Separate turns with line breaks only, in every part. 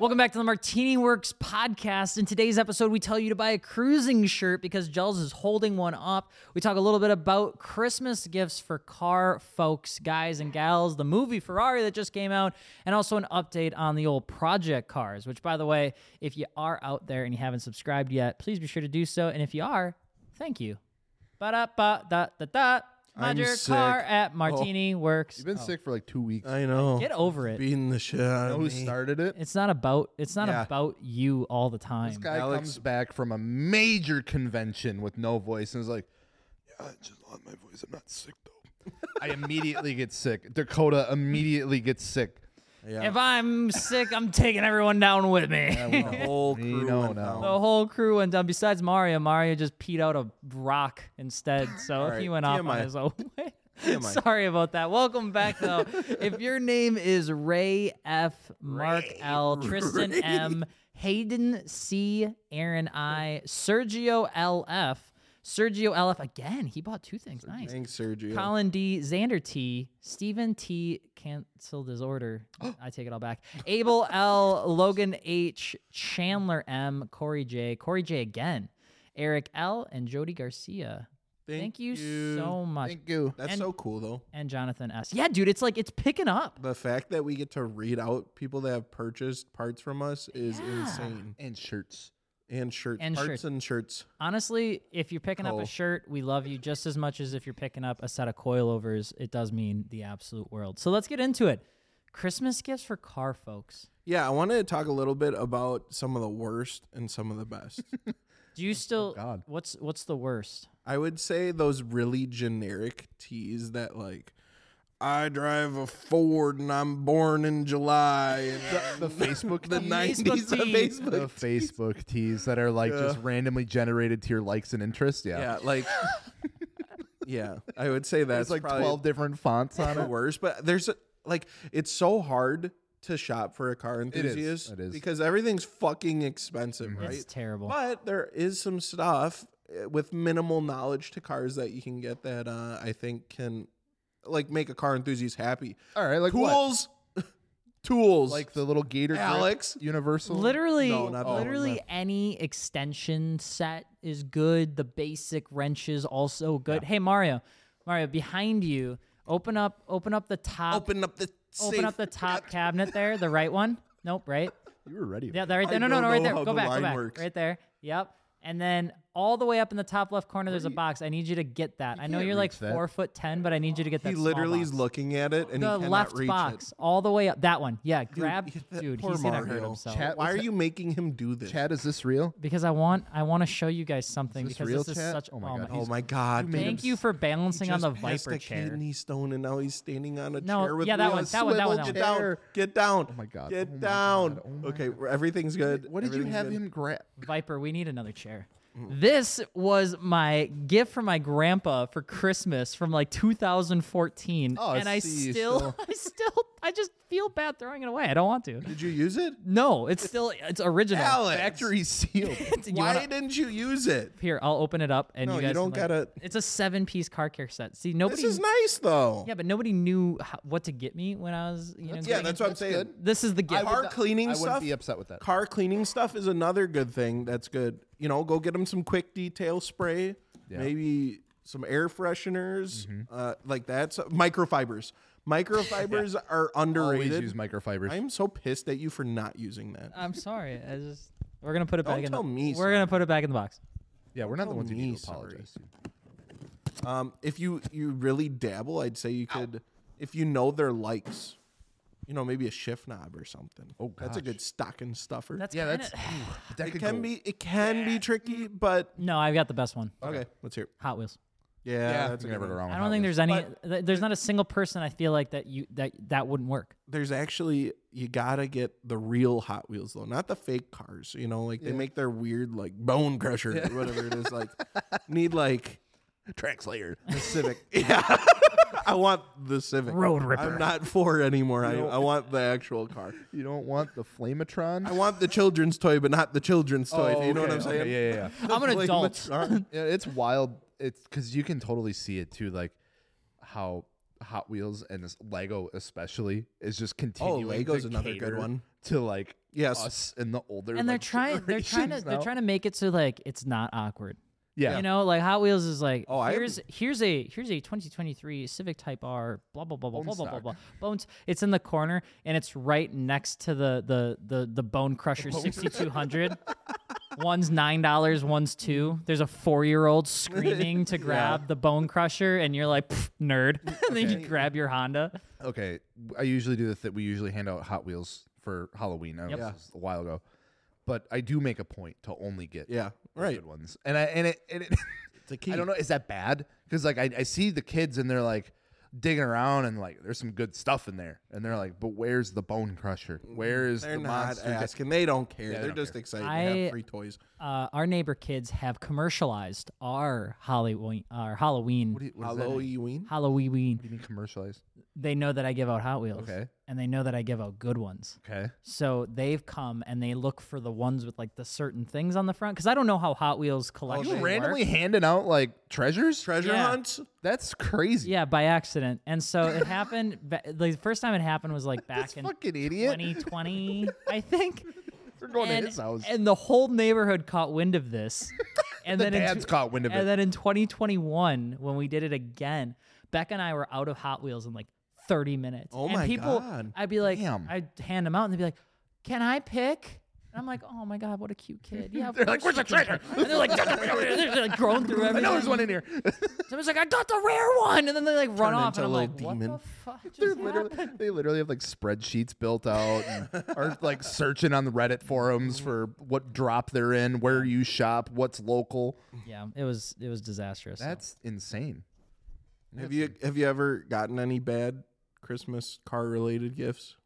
Welcome back to the Martini Works podcast. In today's episode, we tell you to buy a cruising shirt because Gels is holding one up. We talk a little bit about Christmas gifts for car folks, guys and gals, the movie Ferrari that just came out, and also an update on the old project cars, which, by the way, if you are out there and you haven't subscribed yet, please be sure to do so. And if you are, thank you. Ba-da-ba, da-da-da.
I'm
Mind your
sick. Oh.
car at Martini Works.
You've been sick for like two weeks.
I know.
Get over it.
Beating the shit out
know
of
who
Uh, me.
started it?
It's not about it's not
Yeah.
about you all the time.
This guy
Alex-
comes back from a major convention with no voice and is like, "Yeah, I just lost my voice. I'm not sick though." I immediately get sick. Dakota immediately gets sick.
Yeah.
If I'm sick, I'm taking everyone down with me.
the whole
We
crew
know
went
now.
down.
the whole crew went down. Besides Mario, Mario just peed out a rock instead, so
right,
he went off on
TMI.
his own way.
TMI.
Sorry about that. Welcome back, though. if your name is Ray F, Mark L, Tristan M, Hayden C, Aaron I, Sergio L F, Sergio L F again. He bought two things. Nice.
Thanks, Sergio.
Colin D, Xander T, Stephen T canceled his order. I take it all back. Abel L, Logan H, Chandler M, Corey J, Corey J again, Eric L, and Jody Garcia. Thank, you, so much.
Thank you.
That's
and-
so cool, though.
and Jonathan S. Yeah, dude, it's like it's picking up.
The fact that we get to read out people that have purchased parts from us is
Yeah.
insane.
And shirts.
And shirts,
And
parts
shirts.
and shirts.
Honestly, if you're picking up
Cool.
a shirt, we love you just as much as if you're picking up a set of coilovers. It does mean the absolute world. So let's get into it. Christmas gifts for car folks.
Yeah, I wanted to talk a little bit about some of the worst and some of the best.
Do you still?
God.
What's what's the worst?
I would say those really generic teas that like. I drive a Ford and I'm born in July. and
The Facebook
the
tees.
nineties, the
tea.
The
Facebook.
Facebook tees that are like just randomly generated to your likes and interests. Yeah.
Yeah, like, yeah, I would say that's
There's like
probably
12 different fonts on
the
it.
worst. But there's a, like, it's so hard to shop for a car
is,
enthusiast
it is. Mm-hmm.
because everything's fucking expensive, right?
It's terrible.
But there is some stuff uh, with minimal knowledge to cars that you can get that uh, I think can like make a car enthusiast happy.
All right, like what?
tools, tools,
Like the little gator grip
Alex.
Universal.
literally
No, not that one,
literally
no.
any extension set is good the basic wrenches also good hey mario mario behind you open up open up the top
open up the
open
safe.
up the top cabinet there the right one nope right
You were ready.
yeah that right
I
there no no
don't
no right
know
there
how
go
the
back go
line
back
works.
right there yep and then all the way up in the top left corner there's a box i need you to get that i know
can't
you're like
reach that.
four foot ten but i need you to get that
He
small
literally
box.
is looking at it and he
the
cannot
left
reach
box
it.
all the way up that one yeah grab
yeah,
dude,
that poor
he's gonna hurt
Mario.
himself
Chat
Why
was
are
ha-
you making him do this?
Chad, is this real?
because I want I want to show you guys something
this
because
real,
this is
chat?
such
Oh my God,
oh my god!
made
thank you for balancing on the viper
a
chair.
kidney stone, and now he's standing on a
No,
chair with
yeah, that
me.
one,
a
that one, that one,
swivel.
that
Get
one.
down! Get down! Oh
my God,
Get
oh my
down!
God, oh my
okay, we're- everything's good.
What did you
everything's
have
good.
him grab?
Viper, we need another chair. This was my gift from my grandpa for Christmas from like 2014,
Oh, I
and I
see, you
still,
still-
I still, I just feel bad throwing it away. I don't want to.
Did you use it?
No, it's still, it's original.
Alex,
Factory sealed.
Do you
why
wanna-
didn't you use it?
Here, I'll open it up, and
No,
you
you
guys.
don't
can, like-
gotta-
It's a seven-piece car care set. See, nobody.
This is nice though.
Yeah, but nobody knew how, what to get me when I was, you know.
yeah,
getting
that's
into
what I'm
this.
saying.
This is the gift.
Car cleaning
I
stuff.
wouldn't be upset with that.
Car cleaning stuff is another good thing. That's good. You know, go get him some quick detail spray. Maybe some air fresheners.
Mm-hmm.
Uh, like that's microfibers. Microfibers are
Always
underrated.
use microfibers. Uh.
I'm so pissed at you for not using that.
I'm sorry. I just we're gonna put it
Don't
back in.
tell
the,
me
We're gonna put it back in the box.
yeah, we're not the
Oh,
ones who
me,
need to
sorry.
apologize. to.
Um, if you you really dabble, I'd say you could. If you know their likes, you know maybe a shift knob or something.
Oh,
that's a
gosh.
good stocking stuffer.
That's
Yeah,
kinda,
that's. ooh, that
it
could
can
go-
be it can be tricky, but
no. I've got the best one.
okay, let's hear. it.
Hot Wheels.
Yeah,
Yeah,
that's a
you
good
never go
one.
wrong.
I
with
don't
Hot
think
Wheels.
there's any.
But-
th- There's not a single person I feel like that you that that wouldn't work.
There's actually you gotta get the real Hot Wheels though, not the fake cars. You know, like they make their weird like bone crusher or whatever it is. Like need like
track slayer.
the Civic. yeah. I want the Civic.
Road Ripper.
I'm not for anymore. I, I want the actual car.
You don't want the flametron.
I want the children's toy, but not the children's toy.
Oh,
you know what
okay,
I'm saying?
okay, yeah, yeah, yeah.
I'm an
Like,
adult.
Matron-
Yeah, it's wild. It's because you can totally see it too, like how Hot Wheels and this Lego especially is just continuing.
Oh, Lego's
to
another good
cater
one.
to like
Yes.
us and the older.
and they're
like,
trying they're trying to
generations
they're
now.
trying to make it so like it's not awkward.
Yeah.
You know, like Hot Wheels is like
Oh, I
here's here's a here's a 2023 Civic Type R blah blah blah blah
Bone
blah, blah blah
stock.
blah bones. It's in the corner and it's right next to the the the the Bone Crusher 6200. one's nine dollars, one's two. There's a four year old screaming to grab the Bone Crusher, and you're like "Pff, nerd, and then you grab your Honda.
okay, I usually do the thing. We usually hand out Hot Wheels for Halloween. I know
Yep.
this was a while ago, but I do make a point to only get
Yeah,
the
right.
good ones. And I and it, and it
It's a key.
I don't know. Is that bad? Because like I, I see the kids and they're like digging around and like there's some good stuff in there and they're like, but where's the Bone Crusher? Where is
Mm, They're
the
not
monster? Dick?"
asking. They don't care.
they
they're
don't
just
care.
excited to
I-
have free toys.
Uh, our neighbor kids have commercialized our Halloween, our Halloween,
What do you, what does that mean?
Halloween.
Halloween.
What do you mean commercialized?
they know that I give out Hot Wheels.
Okay.
And they know that I give out good ones.
Okay.
So they've come and they look for the ones with like the certain things on the front because I don't know how Hot Wheels collection
they
works.
Oh, Randomly handing out like treasures?
Treasure
Yeah.
hunts.
That's crazy.
Yeah, by accident. And so it happened. ba- The first time it happened was like back
This
in
fucking idiot.
2020, I think.
We're going
and,
to his house.
and the whole neighborhood caught wind of this. And
the
then in
dad's
tw-
caught wind of it.
And then in 2021, when we did it again, Beck and I were out of Hot Wheels in like 30 minutes.
Oh
and
my
people,
God.
I'd be like,
Damn.
I'd hand them out and they'd be like, can I pick? And I'm like, oh my God, what a cute kid. Yeah, of
They're like,
course
"Where's
you
the
can
treasure?"
pick." And they're like, they're like growing through
I
everything.
know there's one in here.
Someone's like, I got the rare one. And then they like run
Turn
off and
into
I'm
a
like,
little
what
demon.
the fuck just
They're literally,
happened?"
they literally have like spreadsheets built out and are like searching on the Reddit forums for what drop they're in, where you shop, what's local.
Yeah, it was, it was disastrous. so.
That's insane.
Have you have you ever gotten any bad Christmas car related gifts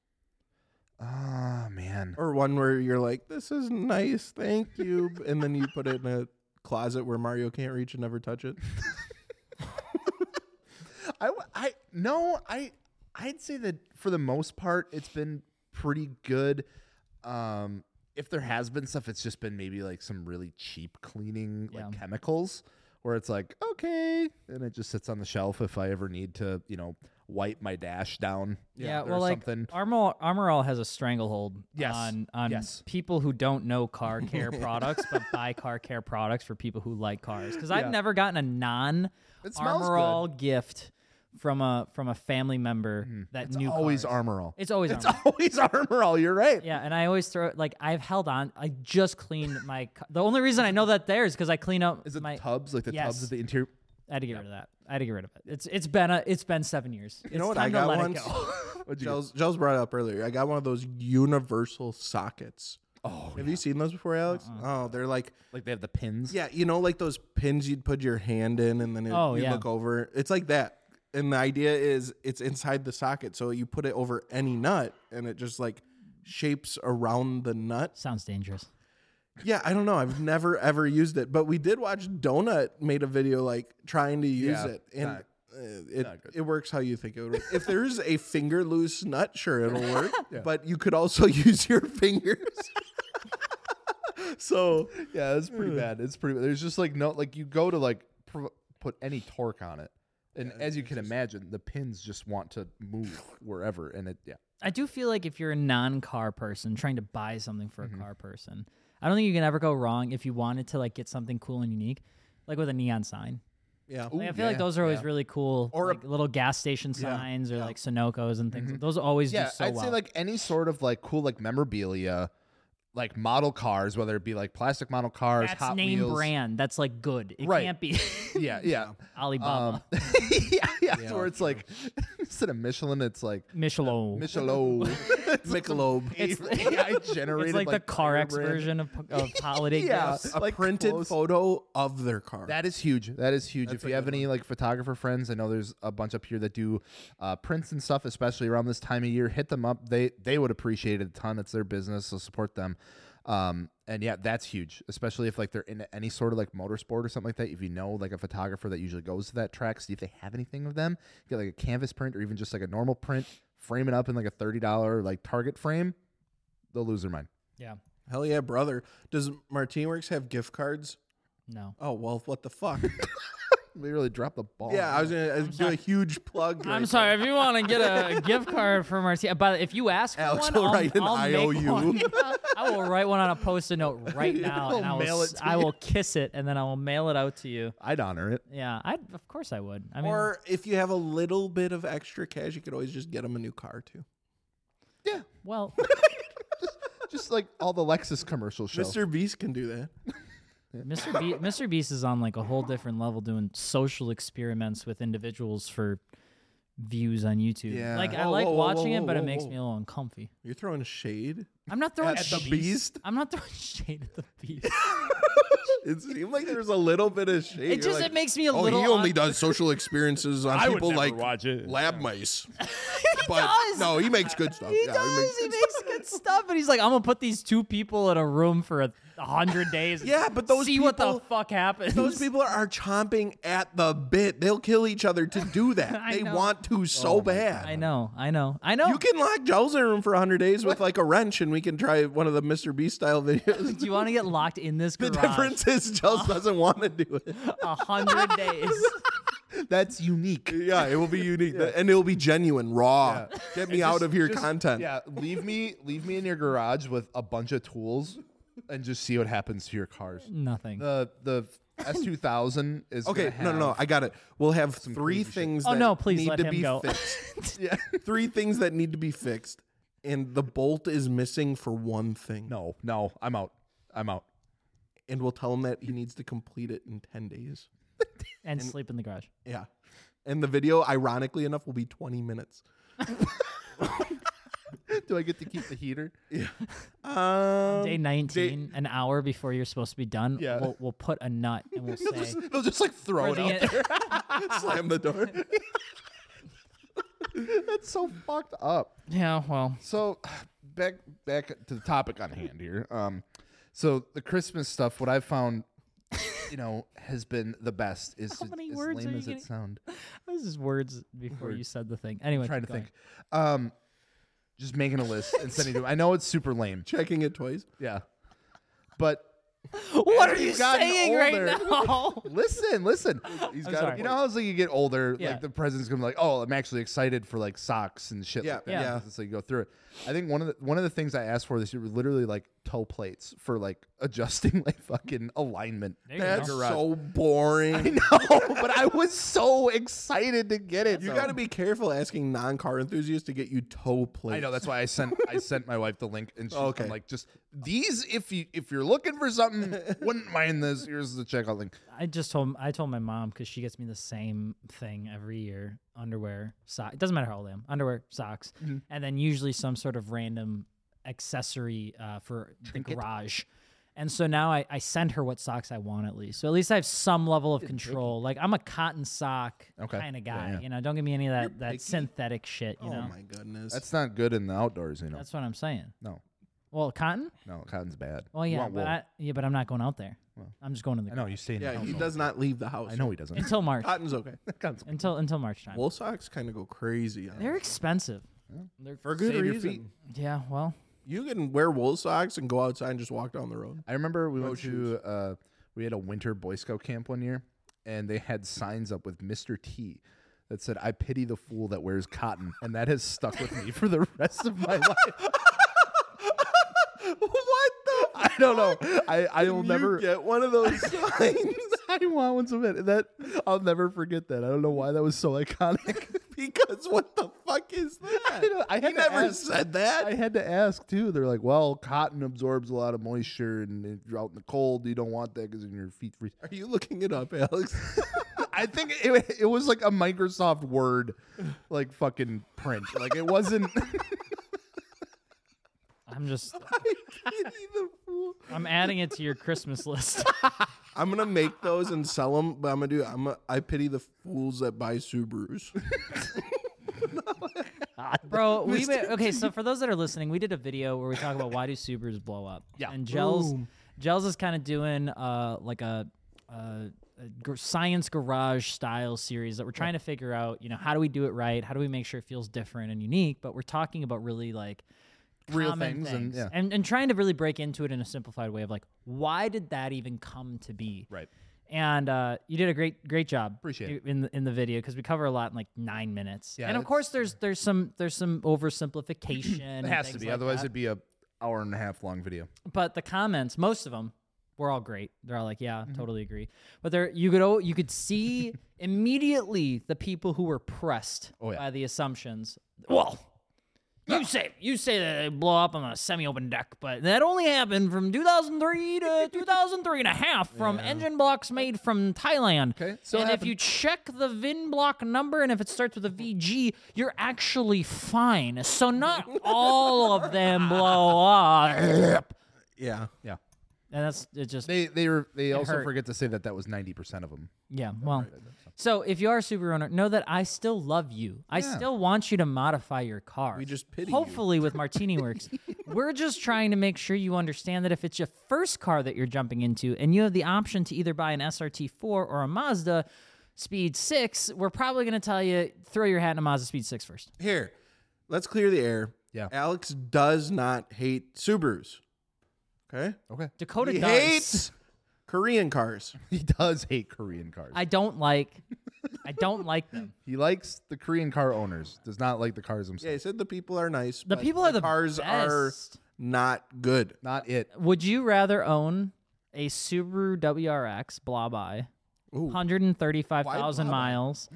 Ah, man.
or one where you're like, "This is nice, thank you," and then you put it in a closet where Mario can't reach and never touch it?
I, w- I no, I I'd say that for the most part it's been pretty good. Um if there has been stuff, it's just been maybe like some really cheap cleaning like
Yeah.
chemicals where it's like, okay, and it just sits on the shelf if I ever need to, you know, wipe my dash down.
Yeah,
or
well, like
something.
Armor Armorall has a stranglehold
Yes,
on on
yes.
people who don't know car care products, but buy car care products for people who like cars. Because I've
Yeah.
never gotten a non
It smells good.
Armorall gift from a from a family member that
Mm-hmm. It's
knew
always
cars.
armor all.
It's always
It's
Armorall.
always armor all. You're right.
Yeah, and I always throw like I've held on. I just cleaned my. ca- The only reason I know that there is because I clean up.
Is it
my,
tubs like the
Yes.
tubs of the interior?
I had to get rid of that. I had to get rid of it. It's it's been a it's been seven years.
You know what I
time to
got
let
once?
It go.
What'd you
Jell's Jell's brought up earlier. I got one of those universal sockets.
Oh,
Have you seen those before, Alex?
Uh-uh.
Oh, they're like
like they have the pins.
yeah, you know, like those pins you'd put your hand in and then it,
Oh,
you
yeah.
look over. It's like that. And the idea is it's inside the socket, so you put it over any nut and it just like shapes around the nut.
Sounds dangerous.
Yeah, I don't know. I've never ever used it, but we did watch Donut made a video like trying to use
Yeah,
it, and
not-
uh, it
not good.
it works how you think it would. Work. if there's a finger loose nut, sure it'll work, but you could also use your fingers. so
Yeah, it's pretty bad. It's pretty. There's just like no, like you go to like pr- put any torque on it, and as you can imagine, the pins just want to move wherever, and it yeah.
I do feel like if you're a non-car person trying to buy something for
Mm-hmm.
a car person, I don't think you can ever go wrong if you wanted to like get something cool and unique, like with a neon sign.
yeah,
Like, I feel like those are always really cool,
Or a-
like little gas station signs or like Sunoco's and things. Those always
Mm-hmm. yeah.
do so
I'd
well.
say like any sort of like cool like memorabilia, like model cars, whether it be like plastic model cars,
that's
Hot
name
Wheels.
brand. That's like good. It
Right. Um,
can't be
Yeah, yeah.
Alibaba,
yeah, yeah, it's Where it's like instead of Michelin, it's like
Michelin.
Michelob.
Michelob.
it's AI generated.
it's like, the car
tire
X
brand.
version of, of holiday
Yeah.
gifts.
a
like
printed
close-
photo of their car.
That is huge. That is huge.
That's
if you
a
have
good
any like photographer friends, I know there's a bunch up here that do uh, prints and stuff, especially around this time of year. Hit them up. They they would appreciate it a ton. It's their business, so support them. Um, and yeah, that's huge, especially if like they're in any sort of like motorsport or something like that. If you know like a photographer that usually goes to that track, see if they have anything of them. Get like a canvas print or even just like a normal print, frame it up in like a thirty dollar like target frame. They'll lose their mind.
yeah.
Hell yeah, brother. Does Martini Works have gift cards?
No.
Oh well, what the fuck?
We really dropped the ball.
Yeah, I was gonna I was do a huge plug.
I'm
right
sorry. If you want to get a gift card from our team, but if you ask for
Alex
one,
will
I'll,
write an
I'll make
IOU.
one. I will write one on a post-it note right now,
I'll
and I will,
mail it
s-
to
I
you.
will kiss it, and then I will mail it out to you.
I'd honor it.
Yeah, I of course I would. I mean,
Or if you have a little bit of extra cash, you could always just get them a new car too.
Yeah,
well,
just like all the Lexus commercial shows.
Mr. Beast can do that.
Mr. Be- Mr. Beast is on like a whole different level doing social experiments with individuals for views on YouTube.
Yeah.
Like I
Whoa,
like
whoa, whoa,
watching it,
whoa,
but it
whoa,
makes
whoa.
me a little uncomfy.
You're throwing shade.
I'm not throwing
At the
shade-
Beast?
I'm not throwing shade at the beast.
It seemed like there's a little bit of shade.
It
You're
just
like,
it makes me a
Oh,
little.
he only
un-
does social experiences on
I would
people
never
like
watch it.
lab mice. but
does.
no, he makes good stuff.
He
yeah,
does. He makes,
He makes,
good stuff, but he's like, I'm gonna put these two people in a room for a hundred days. and
Yeah, but those
see what the
people-
fuck happens.
those people are chomping at the bit. They'll kill each other to do that.
I
they
know.
want to so bad.
I know, I know, I know.
You can lock Joe's in a room for 100 days with like a wrench, and we can try one of the Mr. Beast style videos.
Do you want to get locked in this
The
garage
difference is Joe's doesn't want to do it.
a hundred days?
That's unique.
Yeah, it will be unique, and it will be genuine, raw. Get me out
Just-
of here
just-
content.
Yeah, leave me leave me in your garage with a bunch of tools, and just see what happens to your cars.
Nothing.
The the S two thousand is
Okay,
gonna
no, no, no.
have-
I got it. We'll have three things
Oh,
that
no, please
need
let
to
him
be
go.
fixed.
Yeah.
three things that need to be fixed, and the bolt is missing for one thing.
no, no. I'm out. I'm out.
And we'll tell him that he needs to complete it in 10 days.
and sleep in the garage.
Yeah. And the video, ironically enough, will be 20 minutes.
Do I get to keep the heater?
Um,
Day 19, an hour before you're supposed to be done,
Yeah.
we'll, we'll put a nut and we'll
They'll
say,
just, they'll just like throw
"For
it
the
out.
en-
slam the door.
That's so fucked up.
Yeah, well,
So back back to the topic on hand here. Um, so the Christmas stuff, what I've found, you know, has been the best. Is
How
to-
many
as
words
lame
are
as
you
it
getting-
sound.
this is words before you said the thing. Anyway,
trying to
keep going.
think. Um, just making a list and sending it. to- I know it's super lame.
Checking it twice.
Yeah, but
What are
As
you
you've gotten
saying right
older-
now?
listen, listen. He's
I'm
got.
sorry.
You know how it's like you get older,
Yeah.
like the president's gonna be like, oh, I'm actually excited for like socks and shit.
Yeah,
like that.
yeah.
It's just, like, you go through it. I think one of the one of the things I asked for this year were literally like toe plates for like adjusting like fucking alignment.
There you go.
That's so boring.
No, but I was so excited to get it.
You
though.
got to be careful asking non-car enthusiasts to get you toe plates.
I know that's why I sent I sent my wife the link and she,
Oh, Okay.
I'm like just these if you if you're looking for something wouldn't mind this here's the checkout link
I just told I told my mom because she gets me the same thing every year: underwear, socks. It doesn't matter how old I am. Underwear, socks,
Mm-hmm.
and then usually some sort of random accessory uh, for the garage. And so now I, I send her what socks I want at least. So at least I have some level of control. Like I'm a cotton sock
Okay.
kind of
Yeah,
guy.
yeah.
You know, don't give me any of that, that synthetic shit. You
Oh
know,
my goodness.
that's not good in the outdoors you know
that's what I'm saying.
no
Well, cotton.
no cotton's bad
Well,
You
yeah,
want
but
wool.
I, yeah, but I'm not going out there. I'm just going to the
I know you stay in the
yeah,
house
he
all-
does not leave the house.
I know he doesn't
until March.
Cotton's okay.
Cotton's-
until until March time.
Wool socks kind of go crazy. On
They're expensive. They're
for good
Save your
reason.
feet.
Yeah, well,
You can wear wool socks and go outside and just walk down the road.
I remember we went to uh, we had a winter Boy Scout camp one year, and they had signs up with Mr. T that said, "I pity the fool that wears cotton," and that has stuck with me for the rest of my life.
what the?
I don't know. I I will
You
never.
get one of those signs
I want one so bad. That I'll never forget that. I don't know why that was so iconic.
because what the fuck is that?
I, don't- I
he
had to
never
ask-
said that.
I had to ask too. They're like, "Well, cotton absorbs a lot of moisture, and if you're out in the cold, you don't want that because your feet freeze."
Are you looking it up, Alex?
I think it, it was like a Microsoft Word, like fucking print. Like it wasn't.
I'm just
Pity the fool.
I'm adding it to your Christmas list.
I'm gonna make those and sell them, but I'm gonna do. I'm. A, I pity the fools that buy Subarus.
Bro, we ma- okay, so for those that are listening, we did a video where we talk about why do Subarus blow up.
Yeah.
And Gels Gels is kind of doing uh like a uh, a gr- science garage style series that we're trying to figure out, you know, how do we do it right? How do we make sure it feels different and unique? But we're talking about really like
Real
common
things and- yeah.
and and trying to really break into it in a simplified way of like why did that even come to be?
Right.
And uh, you did a great great job.
Appreciate
you- in the, in the video because we cover a lot in like nine minutes.
Yeah,
and of
it's-
course there's there's some there's some oversimplification. and
It has to
things
be,
like
otherwise
that.
it'd be a hour and a half long video.
but the comments, most of them, were all great. They're all like, "Yeah,
Mm-hmm.
totally agree." But there, you could o- you could see immediately the people who were pressed
Oh, yeah. Oh. Ah.
by the assumptions. Well, you say you say that they blow up on a semi-open deck, but that only happened from 2003 to 2003 and a half from engine blocks made from Thailand.
Okay, so it
and if
happened.
you check the VIN block number and if it starts with a VG, you're actually fine. So not all of them blow up.
Yeah.
Yeah.
And that's it. Just
They they were they also
hurt.
forget to say that that was 90% of them.
yeah. Well, so if you are a super owner, know that I still love you. I still want you to modify your car. We
just pity you.
Hopefully, with Martini Works, we're just trying to make sure you understand that if it's your first car that you're jumping into, and you have the option to either buy an SRT4 or a Mazda Speed Six, we're probably going to tell you throw your hat in a Mazda Speed Six first.
Here, let's clear the air.
Yeah.
Alex does not hate Subarus. Okay.
Okay.
Dakota
He
does.
hates Korean cars.
He does hate Korean cars.
I don't like. I don't like them.
he likes the Korean car owners, does not like the cars
Yeah, he
themselves.
said the people are nice.
The
but
people are the
cars are
best.
not good.
Not it.
Would you rather own a Subaru WRX Blob Eye,
Ooh.
135,000 miles,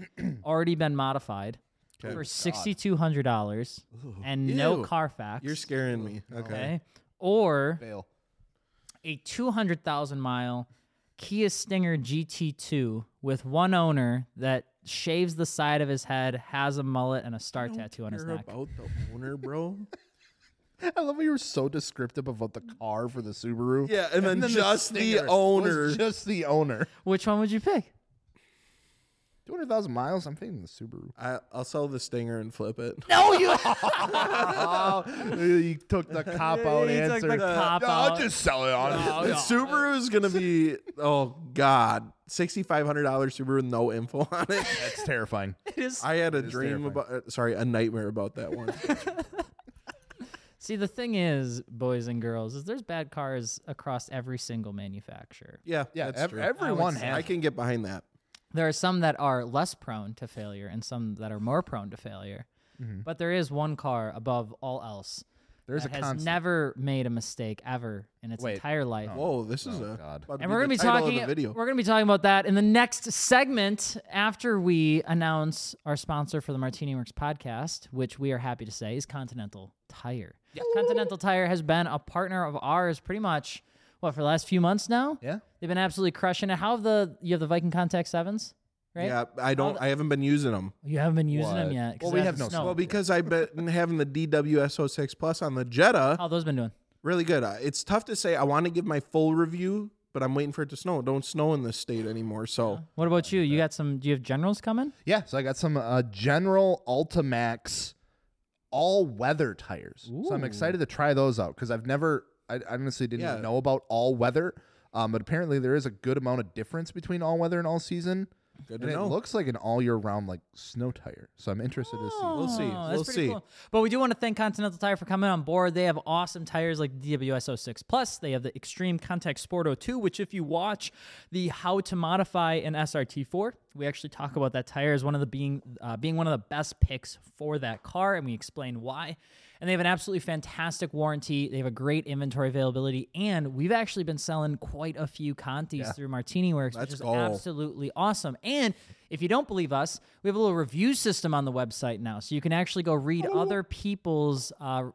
already been modified,
Okay.
for $6,200 and no
Ew.
Carfax?
You're scaring me. Okay.
okay. Or
Fail.
a 200,000 mile Kia Stinger GT2 with one owner that shaves the side of his head, has a mullet, and a star tattoo on his
Care
neck.
about the owner, bro.
I love how you were so descriptive about the car for the Subaru.
Yeah, and then just the
Stinger was
owner.
Just the owner.
Which one would you pick?
200,000 miles? I'm thinking the Subaru.
I, I'll sell the stinger and flip it.
No, you.
Oh, he took the cop out
He took
answer.
the cop
"No,
out."
I'll just sell it on
No. Oh,
the Subaru is gonna be oh god, sixty five hundred dollars Subaru with no info on it.
That's terrifying.
It is
I had a
is
dream
terrifying.
about uh, sorry, a nightmare about that one.
See, the thing is, boys and girls, is there's bad cars across every single manufacturer.
yeah,
Yeah,
that's
ev-
true.
everyone
say-
has.
I can get behind that.
There are some that are less prone to failure and some that are more prone to failure. But there is one car above all else
Mm-hmm. There's
that
a
has
constant.
never made a mistake ever in its
Wait,
entire life.
Whoa, this is
Oh,
a
God.
about to
And we're
the
gonna be
title of
talking.
the video.
We're gonna be talking about that in the next segment after we announce our sponsor for the Martini Works podcast, which we are happy to say is Continental Tire. Continental Tire has been a partner of ours pretty much what for the last few months now.
Yeah.
they've been absolutely crushing it. How have the you have the Viking Contact Sevens, right?
Yeah, I don't. I haven't been using them.
You haven't been using them
What?
yet. 'cause
Well, we
of
have
the
no
snow.
snow.
Well, because I've been having the DWS06 Plus on the Jetta,
How have those been doing?
really good. Uh, It's tough to say. I want to give my full review, but I'm waiting for it to snow. It don't snow in this state anymore. So
What about you? You got some? Do you have generals coming?
Yeah, so I got some uh, General Ultimax all weather tires. So I'm excited to try those out because I've never, I I honestly didn't
Yeah.
even know about all weather. Um, but apparently there is a good amount of difference between all weather and all season.
good to
And it
know.
looks like an all year round like snow tire. So I'm interested to see.
We'll see.
Oh, that's
We'll
pretty
see.
Cool. But we do want to thank Continental Tire for coming on board. They have awesome tires like DWS06 Plus. They have the Extreme Contact Sport 02, which if you watch the How to Modify an SRT4, we actually talk about that tire as one of the being uh, being one of the best picks for that car, and we explain why. And they have an absolutely fantastic warranty. They have a great inventory availability, and we've actually been selling quite a few Contis through Martini Works, which
Let's
is
go.
absolutely absolutely awesome. And if you don't believe us, we have a little review system on the website now, so you can actually go read
Oh,
other people's uh,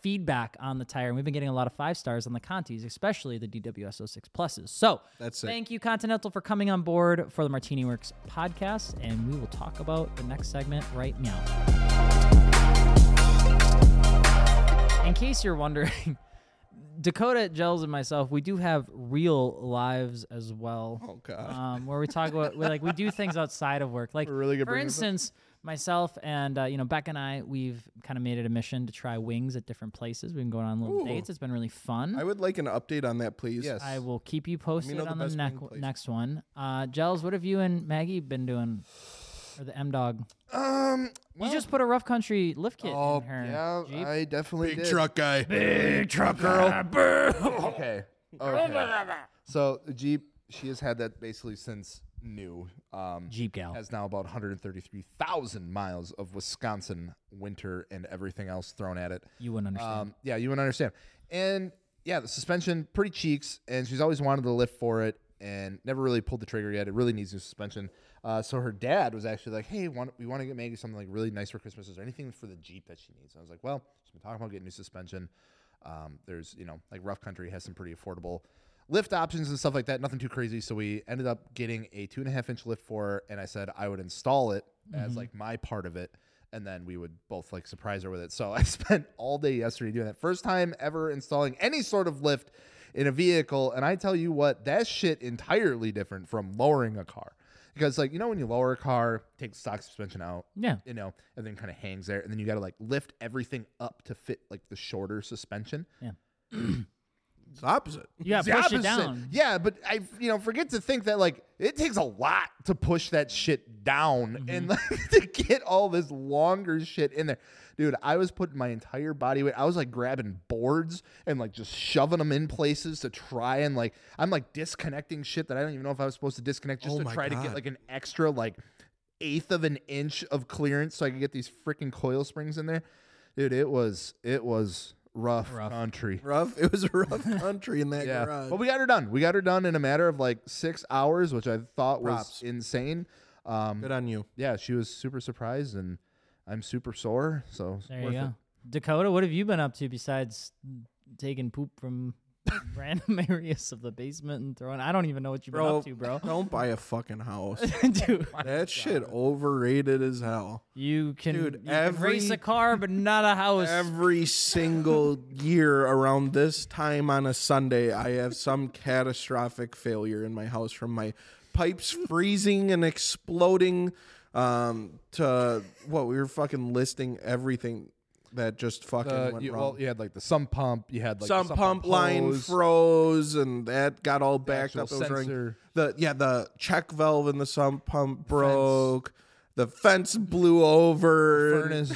feedback on the tire. And we've been getting a lot of five stars on the Contis, especially the DWS06 pluses. So
That's it.
thank you, Continental, for coming on board for the Martini Works podcast, and we will talk about the next segment right now. In case you're wondering. Dakota, Gels, and myself, we do have real lives as well
Oh god.
um, where we talk about we like we do things outside of work. Like
We're really good
for
bringing this up.
instance, myself and uh, you know Beck and I, we've kind of made it a mission to try wings at different places. We've been going on little
Ooh.
dates. It's been really fun. I
I would like an update on that, please.
Yes.
will keep you posted
know the
on the
best
neck
wing place.
next one. Uh, Gels, what have you and Maggie been doing? Or the M Dog.
Um,
You just put a rough country lift kit
oh,
in her.
yeah,
Jeep.
I definitely did.
guy.
Big truck girl. okay. okay. So the Jeep, she has had that basically since new. Um,
Jeep gal.
has now about 133,000 miles of Wisconsin winter and everything else thrown at it.
You wouldn't understand.
Um, yeah, you wouldn't understand. And yeah, the suspension, pretty cheeks, and she's always wanted to lift for it and never really pulled the trigger yet. It really needs new suspension. Uh, so her dad was actually like, "Hey, want, we want to get Maggie something like really nice for Christmas. Is there anything for the Jeep that she needs?" And I was like, "Well, she's been talking about getting new suspension. Um, there's, you know, like Rough Country has some pretty affordable." Lift options and stuff like that, nothing too crazy. So we ended up getting a two and a half inch lift for her, and I said I would install it as like my part of it and then we would both like surprise her with it. So I spent all day yesterday doing that. First time ever installing any sort of lift in a vehicle, and I tell you what, that shit entirely different from lowering a car. Because like you know when you lower a car, take the stock suspension out,
Yeah.
you know, and then kind of hangs there, and then you got to like lift everything up to fit like the shorter suspension.
It's the opposite.
you got
It's the
to push it
opposite.
down.
Yeah, but I you know forget to think that like it takes a lot to push that shit down
Mm-hmm.
and like to get all this longer shit in there. Dude, I was putting my entire body weight. I was like grabbing boards and like just shoving them in places to try and like I'm like disconnecting shit that I don't even know if I was supposed to disconnect just
Oh
to
my
try to get
God.
like an extra like eighth of an inch of clearance so I could get these freaking coil springs in there. Dude, it was it was rough,
Rough.
country.
Rough. It was a rough country in that
Yeah,
garage.
but we got her done. We got her done in a matter of like six hours, which I thought was
Props.
insane. Um,
Good on you.
yeah, she was super surprised, and I'm super sore. So it's
There you
worth
go.
it.
Dakota, what have you been up to besides taking poop from random areas of the basement and throwing? I don't even know what you've been
Bro,
up to, bro.
don't buy a fucking house.
Dude,
that shit overrated as hell.
you can,
Dude,
you can race
every-
a car, but not a house.
Every single year around this time on a Sunday, I have some catastrophic failure in my house from my pipes freezing and exploding um, to what we were fucking listing everything that just fucking
Uh,
went
you,
wrong.
well, you had like the sump pump. You had like the
some pump line
hose.
froze and that got all backed
actual
up. It was running-
sensor.
The yeah, the check valve in the sump pump broke. The fence blew over.
furnace.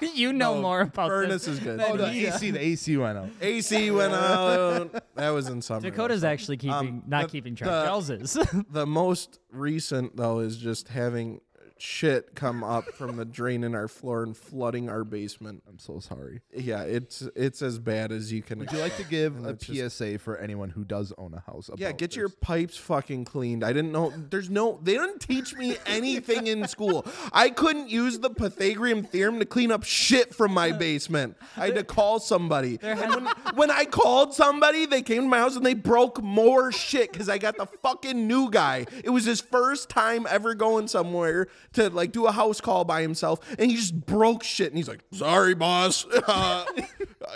you know more about
furnace
this.
is good.
than
oh, the
me.
AC. The AC went out.
AC went out. That was in summer.
Dakota's actually keeping not
Um, the-
keeping track.
the-
Giles is.
The most recent though is just having shit come up from the drain in our floor and flooding our basement.
I'm so sorry.
Yeah, it's it's as bad as you can.
Would you like to give a PSA for anyone who does own a house?
Yeah,
about
get your
this?
pipes fucking cleaned. I didn't know. There's no. They didn't teach me anything in school. I couldn't use the Pythagorean theorem to clean up shit from my basement. I had to call somebody. And when, when I called somebody, they came to my house and they broke more shit because I got the fucking new guy. It was his first time ever going somewhere to like do a house call by himself, and he just broke shit. And he's like, "Sorry, boss." Uh,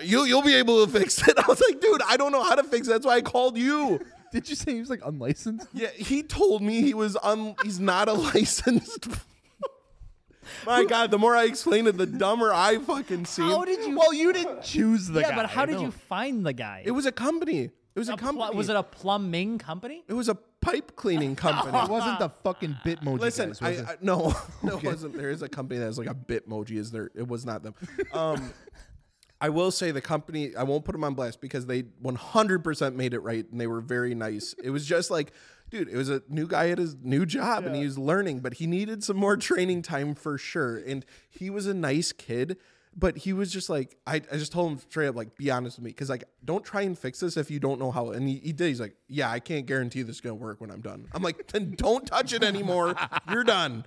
You, you'll be able to fix it. I was like, dude, I don't know how to fix it. That's why I called you.
Did you say he was like unlicensed?
Yeah, he told me he was un- he's not a licensed. My God, the more I explain it, the dumber I fucking seem.
how did you?
Well, you didn't choose the
yeah,
guy.
but how did
no.
you find the guy?
it was a company. It was a,
A pl-
company.
was it a plumbing company?
It was a pipe cleaning company.
Oh,
It wasn't the fucking Bitmoji.
Listen,
guys, was
I,
it?
I no, no, it wasn't. There is a company that has like a Bitmoji. Is there? It was not them. Um, I will say the company. I won't put them on blast because they 100% made it right and they were very nice. It was just like, dude, it was a new guy at his new job and he was learning, but he needed some more training time for sure. And he was a nice kid. But he was just like, I, I just told him straight up, like, be honest with me. Cause, like, don't try and fix this if you don't know how. And he, he did. He's like, yeah, I can't guarantee this is going to work when I'm done. I'm like, then don't touch it anymore. You're done.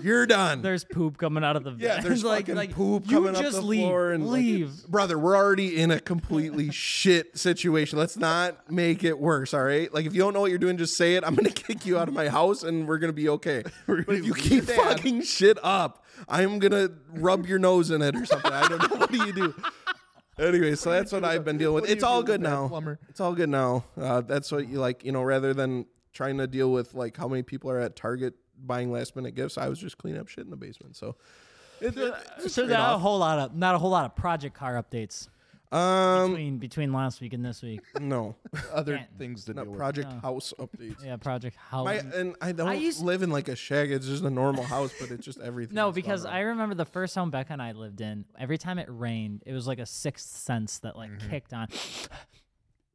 You're done.
There's poop coming out of the
Yeah,
vent.
there's
like
like, fucking
like
poop
you
coming
just
up the
leave,
floor and like,
leave.
it's- brother, we're already in a completely shit situation. Let's not make it worse, all right? Like if you don't know what you're doing, just say it. I'm gonna kick you out of my house and we're gonna be okay. But if you keep fucking shit up, I'm gonna rub your nose in it or something. I don't know. What do you do? Anyway, so that's what I've been dealing with.
do you
It's all
do with
good
a bad
now.
plumber?
It's all good now. Uh, that's what you like, you know, rather than trying to deal with like how many people are at Target buying last minute gifts, I was just cleaning up shit in the basement. So it's, it's
So
straight
not a
off.
whole lot of not a whole lot of project car updates
um
between between last week and this week.
no,
other
Can't.
things to
not
deal
project house updates.
Yeah, project house.
My, and I don't
I used-
live in like a shack. It's just a normal house, but it's just everything.
no,
that's gone
because
wrong.
I remember the first home Becca and I
Mm-hmm.
lived in. Every time it rained, it was like a sixth sense that like kicked on.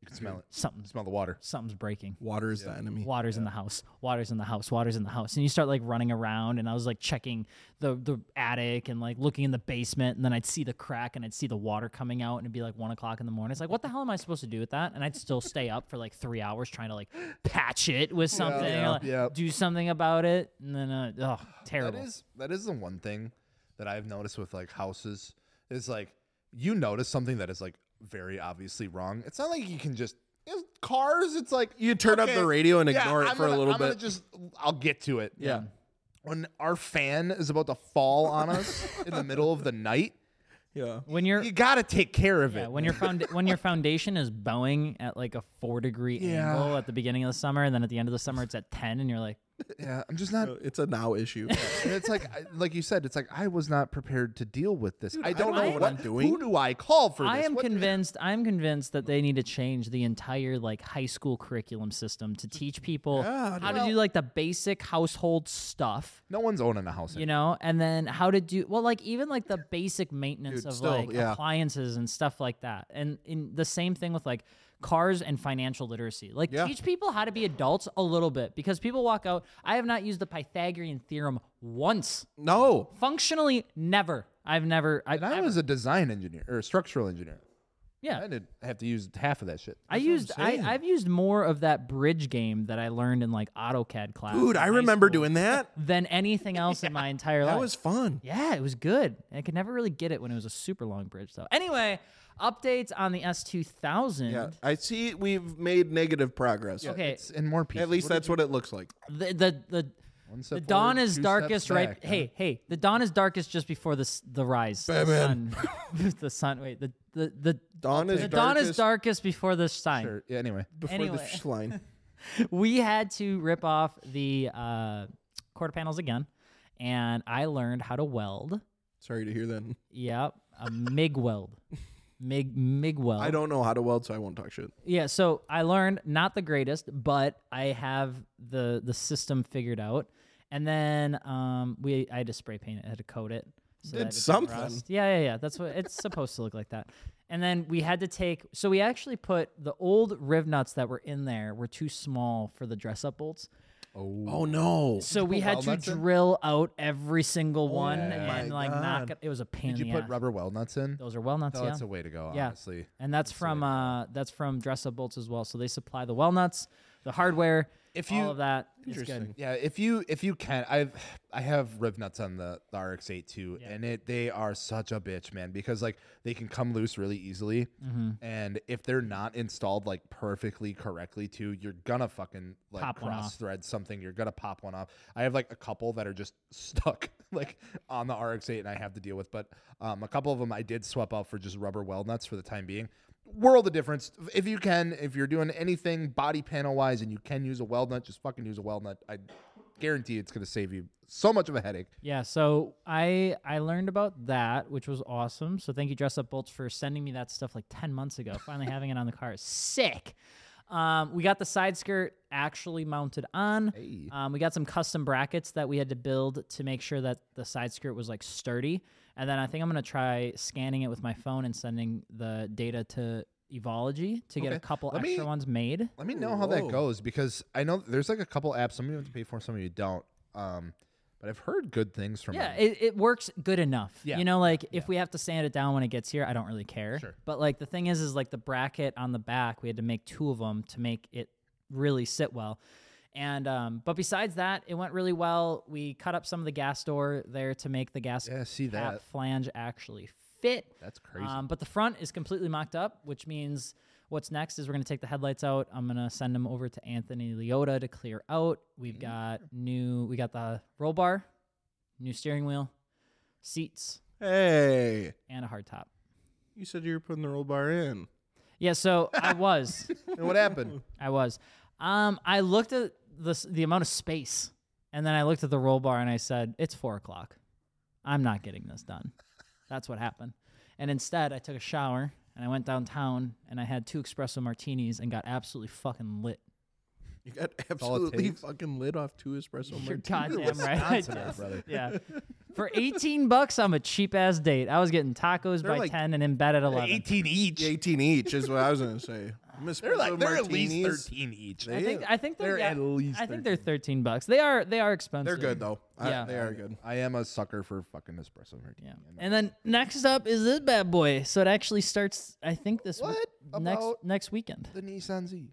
You can smell it.
Something's
Smell the water.
something's breaking.
Water is the enemy.
Water's in the house. Water's in the house. Water's in the house. And you start like running around, and I was like checking the the attic and like looking in the basement, and then I'd see the crack and I'd see the water coming out, and it'd be like one o'clock in the morning. It's like, what the hell am I supposed to do with that? And I'd still stay up for like three hours trying to like patch it with something,
yeah,
or, like,
yeah.
do something about it, and then uh, oh,
That
terrible.
is that is the one thing that I've noticed with like houses is like you notice something that is like very obviously wrong. It's not like you can just it's cars. It's like
You turn up the radio and ignore it
I'm
for a
gonna-
little
I'm gonna
bit.
just I'll get to it.
Yeah.
When our fan is about to fall on us in the middle of the night,
Yeah.
when you're
you gotta take care of
Yeah,
it.
when your found when your foundation is bowing at like a four degree
Yeah.
angle at the beginning of the summer, and then at the end of the summer it's at ten, and you're like,
yeah, I'm just not.
Uh, It's a now issue.
And it's like, I- like you said, it's like I was not prepared to deal with this. I don't
don't
know
know
what
what I'm doing.
Who do I call for
I
this?
am
What-
convinced. I'm convinced that they need to change the entire like high school curriculum system to teach people
Yeah,
how to do like the basic household stuff,
no one's owning a house.
you know, and then how to do well, like even like the basic maintenance
Dude,
of
still,
like
yeah.
appliances and stuff like that, and in the same thing with like cars and financial literacy. Like
Yeah.
teach people how to be adults a little bit because people walk out. I have not used the Pythagorean theorem once,
no.
functionally never. I've never. I've
And I
ever-
was a design engineer or a structural engineer.
yeah.
I didn't have to use half of that shit.
I used I, I've used more of that bridge game that I learned in like AutoCAD class.
Dude,
in
I
high
remember
school
doing that.
than anything else in my entire
That
life.
was fun.
yeah, it was good. I could never really get it when it was a super long bridge though. Anyway, updates on the S two
Yeah.
thousand.
I see we've made negative progress.
Okay,
It's in more pieces.
At least that's what it looks like.
the the the,
One step
the dawn
forward,
is
two
darkest
steps
right.
back, huh?
Hey hey, the dawn is darkest just before the s- the rise. The sun. the sun. Wait the the the.
Dawn is
the
darkest
dawn is darkest before the sun.
Or- yeah, anyway,
before
Anyway.
the sh- line.
we had to rip off the uh, quarter panels again, and I learned how to weld.
Sorry to hear that.
Yep, a MIG weld, MIG MIG weld.
I don't know how to weld, so I won't talk shit.
Yeah, so I learned not the greatest, but I have the the system figured out. And then um, we I had to spray paint it, I had to coat it. So
Did
that it didn't
something.
rust. Yeah, yeah, yeah. That's what it's supposed to look like that. And then we had to take so we actually put the old riv nuts that were in there were too small for the dress up bolts.
Oh no.
So we had
wild
to
nuts in?
drill out every single one
my
and like knock
God.
it. It was a pain.
Oh did
in
you
the
put
ass.
rubber weld nuts in?
Those are well nuts,
No,
yeah.
that's a way to go.
Yeah.
Honestly,
and that's from uh, that's from dress up bolts as well. So they supply the well nuts, the hardware,
If you-
all of that. It's good.
yeah. If you if you can, I've I have riv nuts on the, the RX8 too, and it they are such a bitch, man, because like they can come loose really easily,
Mm-hmm.
and if they're not installed like perfectly correctly too, you're gonna fucking like
Pop one off.
cross thread something. You're gonna pop one off. I have like a couple that are just stuck like on the RX8, and I have to deal with. But um, a couple of them I did swap out for just rubber weld nuts for the time being. World of difference. If you can, if you're doing anything body panel wise, and you can use a weld nut, just fucking use a weld nut. I guarantee it's gonna save you so much of a headache.
Yeah, so I I learned about that, which was awesome. So thank you, Dress Up Bolts, for sending me that stuff like ten months ago. Finally having it on the car is sick. Um, we got the side skirt actually mounted on. Um, we got some custom brackets that we had to build to make sure that the side skirt was like sturdy. And then I think I'm gonna try scanning it with my phone and sending the data to Evology to get a
Okay.
couple
Let
extra
me-
ones made.
Let me know how that
Whoa.
goes because I know there's like a couple apps. Some of you have to pay for, some of you don't. Um, but I've heard good things from.
Yeah,
them.
it, it works good enough.
Yeah.
You know, like if we have to sand it down when it gets here, I don't really care.
Sure.
But like the thing is, is like the bracket on the back, we had to make two of them to make it really sit well. And um, but besides that, it went really well. We cut up some of the gas door there to make the gas
Yeah, see
cap
that.
flange actually fit.
That's crazy.
Um, but the front is completely mocked up, which means what's next is we're going to take the headlights out. I'm going to send them over to Anthony Leota to clear out. We've got new, we got the roll bar, new steering wheel, seats,
Hey.
and a hard top.
You said you were putting the roll bar in.
Yeah, so I was,
and what happened?
I was. Um, I looked at the s- the amount of space, and then I looked at the roll bar, and I said, "It's four o'clock. I'm not getting this done." That's what happened. And instead, I took a shower and I went downtown and I had two espresso martinis and got absolutely fucking lit.
You got
all it
absolutely
takes.
fucking lit off two espresso
You're
martinis.
goddamn right. I
Wisconsin,
did.
brother.
Yeah. For 18 bucks, I'm a cheap ass date. I was getting tacos
They're
by
like-
10 and in bed at 11.
18 each.
18 each is what I was gonna say.
They're like
Espresso
they're at least
martinis.
thirteen each.
I think I think they're,
They're
yeah,
at least
I think they're thirteen bucks. They are they are expensive.
They're good though. I-
Yeah.
they are good.
I am a sucker for fucking espresso martini.
Yeah.
I'm
And then next up is this bad boy. So it actually starts I think this week-
What
next
about-
next weekend.
The Nissan Z.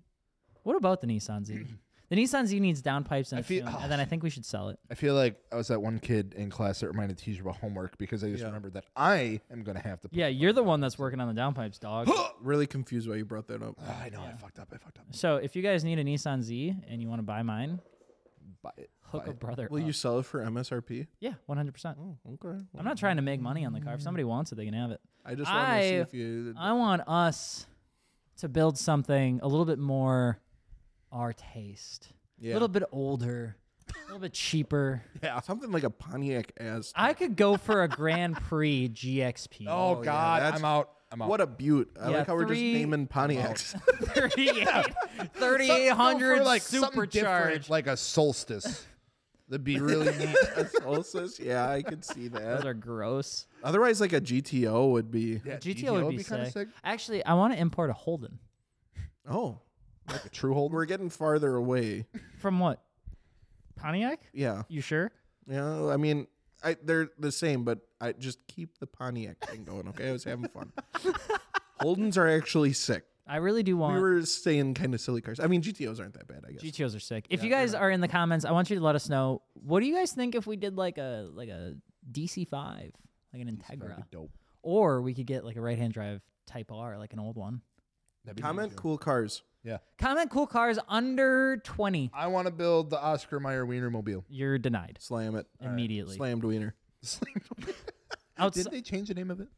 What about the Nissan Z? the Nissan Z needs downpipes and a
I feel- oh,
fume, and then I think we should sell it.
I feel like I was that one kid in class that reminded teacher about homework because I just
Yeah.
remembered that I am gonna have to. Put,
Yeah, you're the one that's working on the downpipes, dog.
Really confused why you brought that up.
Ah, I know I fucked up. I fucked up.
so if you guys need a Nissan Z and you want to buy mine,
Buy it.
hook a brother.
Will
up.
you sell it for MSRP?
Yeah, one hundred percent.
Oh, okay.
I'm not trying to make money on the
mm.
car. If somebody wants it, they can have it.
I just want to see
I-
if you.
I want us to build something a little bit more our taste.
Yeah.
A little bit older, a little bit cheaper.
Yeah, something like a Pontiac ass.
I could go for a Grand Prix GXP.
Oh,
yeah,
God,
that's-
I'm out. I'm out.
What a beaut! I
Yeah,
like how we're just
three-
naming Pontiacs.
38
Go
3800
for, like something different,
supercharged.
like a solstice. That'd be really neat.
Solstice, yeah, I could see
Those
that.
are gross.
Otherwise, like a GTO would be.
Yeah,
GTO, would be,
kinda
sick. Actually, I want to import a Holden.
Oh,
Like a true Holden.
we're getting farther away.
From what? Pontiac?
Yeah,
You sure?
yeah. I mean, I, they're the same, but I just keep the Pontiac thing going. Okay, I was having fun. Holdens are actually sick.
I really do want
We were saying kind of silly cars. I mean, GTOs aren't that bad, I guess.
GTOs are sick. If you guys are in the comments, I want you to let us know what do you guys think if we did like a like a DC five, like an Integra,
That'd be dope.
or we could get like a right hand drive Type R, like an old one.
That'd be
Comment
neat, too.
cool cars.
Yeah.
Comment cool cars under twenty.
I want to build the Oscar Mayer Wiener Mobile.
You're denied
Slam it.
immediately.
Slammed wiener.
Outs-
Did they change the name of it?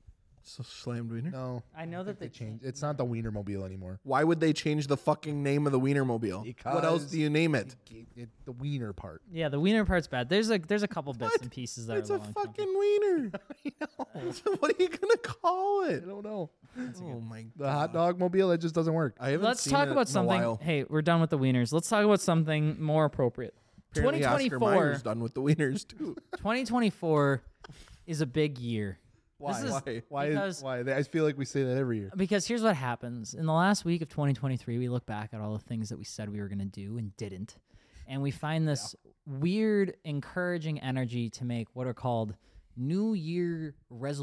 So slammed wiener.
No,
I know that they,
they changed. It's not the Wiener Mobile anymore.
Why would they change the fucking name of the Wienermobile? what else
Because-
do you name it?
It- it- the Wiener part.
Yeah, the wiener part's bad. There's a there's a couple bits and pieces that
It's
are
a
a little uncomfortable.
fucking wiener. So what are you gonna call it?
I don't know.
Oh my
The hot dog mobile. It just doesn't work.
I haven't
Let's
seen
talk
it
about
in
something.
A while.
Hey, we're done with the wieners. Let's talk about something more appropriate.
Apparently Oscar
2024.
Mayer's done with the wieners too.
2024 is a big year.
Why?
This is
Why?
Why? Is,
because-
why? I feel like we say that every year.
Because here's what happens. In the last week of 2023, we look back at all the things that we said we were going to do and didn't. And we find this weird, encouraging energy to make what are called New Year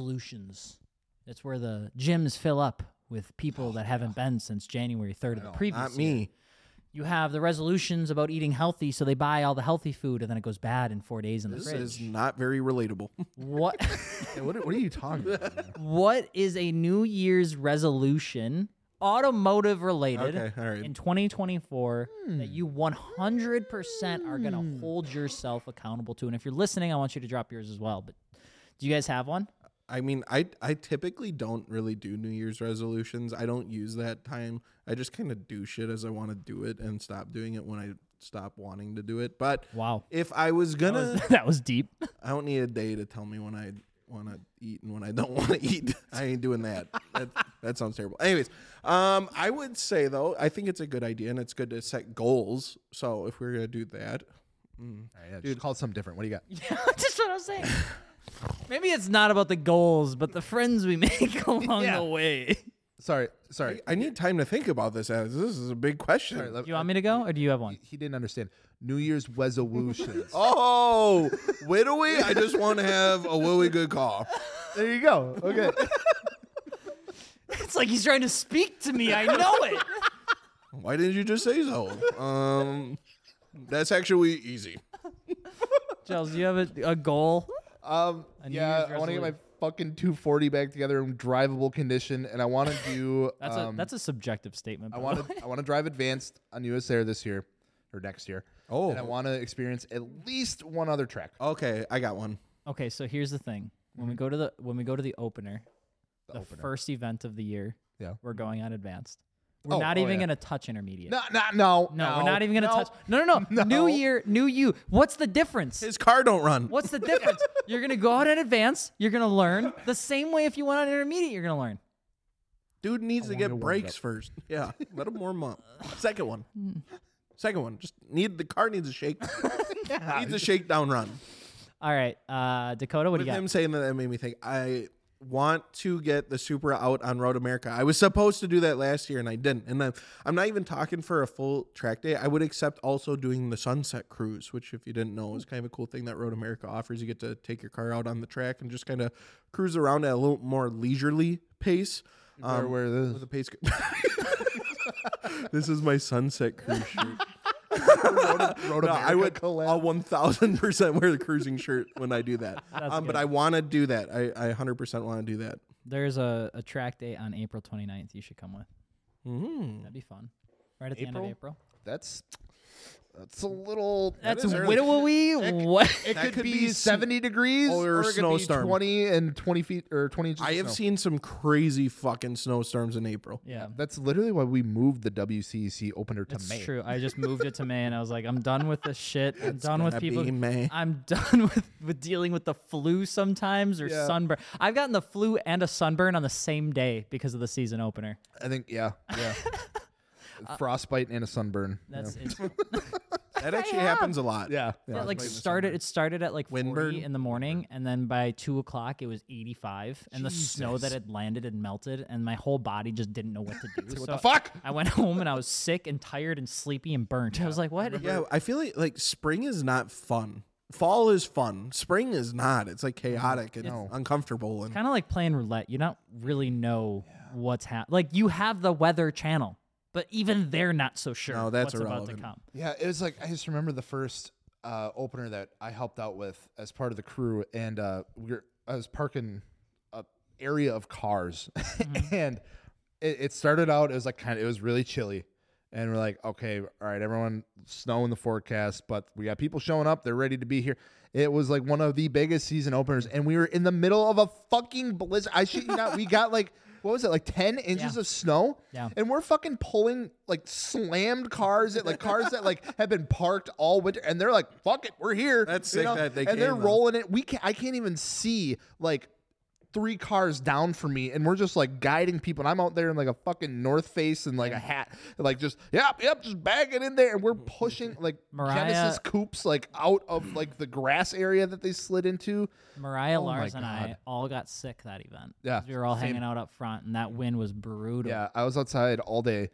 resolutions. That's where the gyms fill up with
Oh,
people that haven't been since January 3rd of the previous
Not
year.
me.
You have the resolutions about eating healthy, so they buy all the healthy food and then it goes bad in four days in the
This
fridge.
is not very relatable.
What?
Hey, what, are- what are you talking about? man?
what is a New Year's resolution, automotive related,
Okay, all right.
in 2024 that you 100% are going to hold yourself accountable to? And if you're listening, I want you to drop yours as well. But do you guys have one?
I mean, I I typically don't really do New Year's resolutions. I don't use that time. I just kind of do shit as I want to do it and stop doing it when I stop wanting to do it. But
Wow.
if I was gonna,
that was deep.
I don't need a day to tell me when I want to eat and when I don't want to eat. I ain't doing that. that. That sounds terrible. Anyways, um, I would say though, I think it's a good idea and it's good to set goals. So if we're gonna do that,
All right, yeah, just call it something different. What do you got?
Just what I was saying. Maybe it's not about the goals, but the friends we make along
Yeah.
the way.
Sorry, sorry.
I need time to think about this. As this is a big question.
Sorry, let-
Do you want me to go or do you have one?
he didn't understand. New Year's resolutions.
Oh, widowy! I just want to have a really good call.
there you go. Okay.
It's like he's trying to speak to me. I know it.
Why didn't you just say so? Um, that's actually easy.
Giles, do you have a, a goal?
Um,
New
yeah,
Year's
I want to get my
resolution.
fucking 240 back together in drivable condition, and I want to do.
That's
um,
a that's a subjective statement.
I want to I want to drive advanced on US Air this year or next year.
Oh.
and I want to experience at least one other track.
Okay, I got one.
Okay, so here's the thing. When we
Mhm.
go to the when we go to the opener, the, first event of the year,
Yeah.
we're going on advanced. We're
Oh,
not
oh,
even
yeah.
gonna touch intermediate.
No, no, no,
no, we're not even gonna
no.
touch. No, no, no,
No.
New year, new you. What's the difference?
His car don't run.
What's the difference? you're gonna go out in advance. You're gonna learn the same way. If you went on intermediate, you're gonna learn.
Dude needs to
wanna
get
warm it
brakes
up.
first. Yeah, let him warm up. Second one. Second one. Just need the car needs a shake. needs a shakedown run.
All right, uh, Dakota, what
With
do you
him
got?
saying that, that made me think. I want to get the Supra out on Road America. I was supposed to do that last year and I didn't. And I, I'm not even talking for a full track day. I would accept also doing the Sunset Cruise, which, if you didn't know, is kind of a cool thing that Road America offers. You get to take your car out on the track and just kind of cruise around at a little more leisurely pace.
Or
Um,
where this?
with a pace. this is my Sunset Cruise shirt.
Road
No, I
America
would
collab?
I'll one thousand percent wear the cruising shirt when I do that. Um, but I want to do that. I I hundred percent want to do that.
There's a, a track day on April 29th you should come with. That'd be fun. Right at the end of
April?
April.
That's that's a little.
That's
is early.
Widowee. What?
it
that
could,
could
be,
be sn-
seventy degrees
or
it could be
snowstorm.
twenty and twenty feet or twenty inches.
I
of
have
snow.
seen some crazy fucking snowstorms in April.
Yeah.
That's literally why we moved the WCC opener to
It's
May.
true. I just moved it to May and I was like, I'm done with this shit. I'm done
gonna
with people.
be May.
I'm done with, with dealing with the flu sometimes or
Yeah.
sunburn. I've gotten the flu and a sunburn on the same day because of the season opener.
I think yeah, yeah. Frostbite and a sunburn.
Uh, That's
yeah.
it's,
That actually happens a lot.
yeah.
it, like started it started at like
Windburn?
40 in the morning and then by two o'clock it was 85 and the snow that had landed had melted and my whole body just didn't know what to do. so
what the fuck?
I went home and I was sick and tired and sleepy and burnt. I was like, what?
Yeah, I feel like like spring is not fun. Fall is fun. Spring is not. It's like chaotic and uncomfortable and
kind of like playing roulette. You don't really know what's happening. Like you have the weather channel, but even they're not so sure
No, that's
what's about
irrelevant.
to come.
Yeah, it was like I just remember the first uh, opener that I helped out with as part of the crew, and uh, we were I was parking a area of cars,
Mm-hmm.
and it, it started out it was like kind of it was really chilly, and we're like, okay, all right, everyone, snow in the forecast, but we got people showing up, they're ready to be here. It was like one of the biggest season openers, and we were in the middle of a fucking blizzard. I shit you not, we got like. What was it like? Ten inches
Yeah.
of snow,
Yeah.
and we're fucking pulling like slammed cars at like cars that like have been parked all winter, and they're like, "Fuck it, we're here."
That's
you
sick that they
and they're
came, though.
rolling it. We can I can't even see like three cars down from me, and we're just like guiding people. And I'm out there in like a fucking North Face and like a hat, and, like just yep, yep, just bagging in there, and we're pushing like
Mariah-
Genesis coupes like out of like the grass area that they slid into.
Mariah
Oh my
Lars and I
God.
all got sick that event.
Yeah,
'Cause we were all
same.
hanging out up front, and that wind was brutal.
Yeah, I was outside all day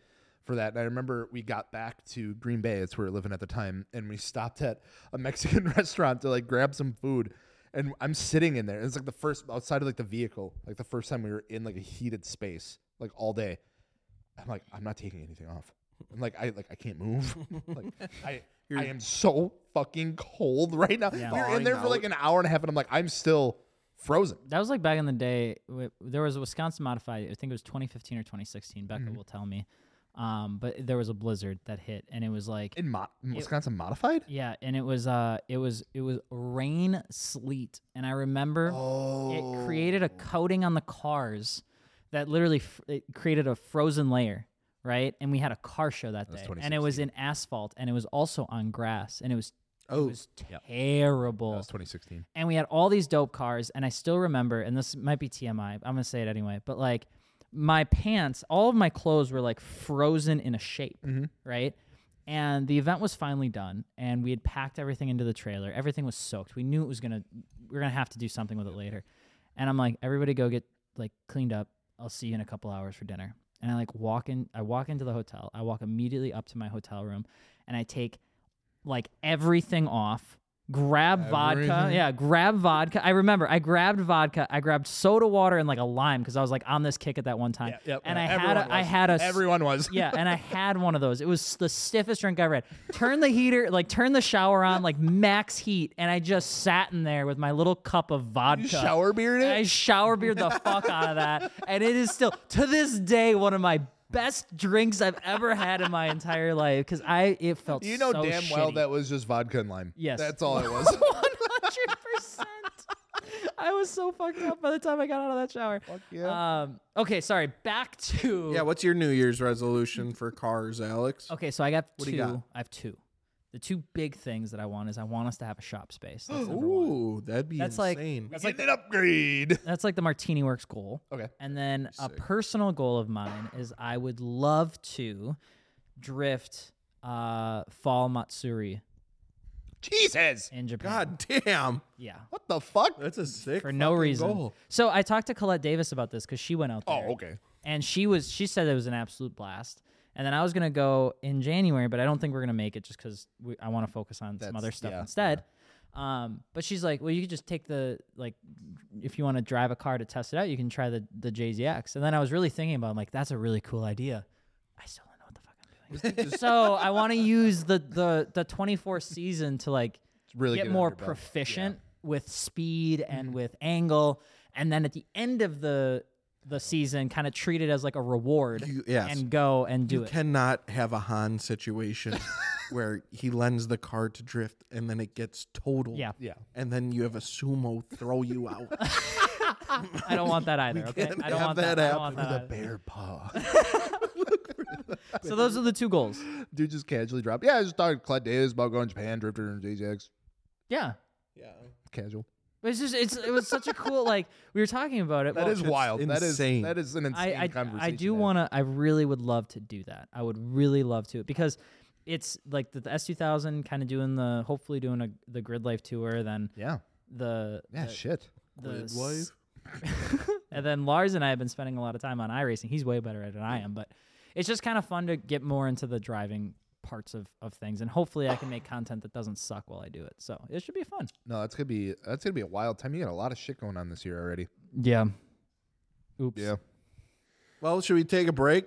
for that. And I remember we got back to Green Bay, it's where we were living at the time, and we stopped at a Mexican restaurant to like grab some food. And I'm sitting in there. and it's like the first outside of like the vehicle, like the first time we were in like a heated space, like all day. I'm like, I'm not taking anything off. I'm like, I like I can't move. like I I am so fucking cold right now. We were in
Thawing
there for like an hour and a half, and I'm like, I'm still frozen.
That was like back in the day. w- There was a Wisconsin modified. I think it was 2015 or 2016. Becca
Mm-hmm.
will tell me. Um, but there was a blizzard that hit, and it was like
In Mo- Wisconsin modified?
Yeah, and it was uh it was it was rain sleet and I remember it created a
Oh.
coating on the cars that literally f- it created a frozen layer, right? And we had a car show that day. And it was in asphalt and it was also on grass and it was
oh,
terrible.
That was 2016.
and we had all these dope cars and I still remember and this might be TMI, but I'm going to say it anyway, but like my pants, all of my clothes were like frozen in a shape, right? And the event was finally done, and we had packed everything into the trailer. Everything was soaked. We knew it was gonna, we are gonna have to do something with it later. And I'm like, everybody go get like cleaned up. I'll see you in a couple hours for dinner. And I like walk in. I walk into the hotel. I walk immediately up to my hotel room, and I take like everything off. Grab vodka.
Everything.
Yeah, grab vodka. I remember I grabbed vodka. I grabbed soda water and like a lime because I was like on this kick at that one time. and I had a, I had a s-
everyone was
yeah, and I had one of those. It was the stiffest drink I ever had. Turn the heater, like turn the shower on, like max heat, and I just sat in there with my little cup of vodka.
shower beard.
And I shower beard the fuck out of that, and it is still to this day one of my best drinks I've ever had in my entire life because I it felt
You know
so
damn well
shitty.
that was just vodka and lime.
Yes.
that's all it was.
hundred percent. I was so fucked up by the time I got out of that shower. Fuck
yeah.
Um, okay, sorry. Back to
yeah. What's your New Year's resolution for cars, Alex?
Okay, so I got
What do
two.
you got?
I have two. The two big things that I want is I want us to have a shop space. That's number one.
Ooh, that'd be
That's like-
insane.
that's
like an upgrade.
That's like the Martini Works goal.
Okay.
And then a personal goal of mine is I would love to drift uh, Fall Matsuri
Jesus.
in Japan.
God damn.
Yeah.
What the fuck?
That's a sick
For no
fucking
reason.
goal.
So I talked to Colette Davis about this because she went out there.
Oh, okay.
and she was she said it was an absolute blast and then i was going to go in january but i don't think we're going to make it just because i want to focus on some
That's-
other stuff
yeah,
instead um, but she's like well you could just take the like if you want to drive a car to test it out you can try the the jzx and then i was really thinking about it, I'm like that's a really cool idea i still don't know what the fuck i'm doing so i want to use the the the 24th season to like
really
get
good
more
underbelly. Yeah.
proficient with speed and with angle and then at the end of the the season kind of treat it as like a reward
You- yes.
and go and do
You
it
cannot have a Han situation where he lends the car to drift and then it gets totaled.
Yeah.
Yeah.
And then you have a sumo throw you out.
i don't want that either okay
can't
i don't
have
want
that
that, I don't want
happen
that either.
Bear paw.
so those are the two goals
Dude just casually dropped. Yeah, I just talked to Clyde Davis about going to Japan, Drifter, and JJX.
yeah
yeah.
Casual.
But it's just it's it was such a cool like we were talking about it
That
well,
is
it's
wild.
insane.
That is that is an insane
I, I,
conversation.
I do want to. I really would love to do that. I would really love to because it's like the, the S two thousand kind of doing the hopefully doing a, the grid life tour, then
Yeah.
the
Yeah. Shit.
the
Grid
s-
life?
and then Lars and I have been spending a lot of time on iRacing. He's way better at it than I am, but it's just kind of fun to get more into the driving parts of, of things. And hopefully, I can make content that doesn't suck while I do it. So it should be fun.
No, that's gonna be that's gonna be a wild time. You got a lot of shit going on this year already.
Yeah. Oops.
Well, should we take a break?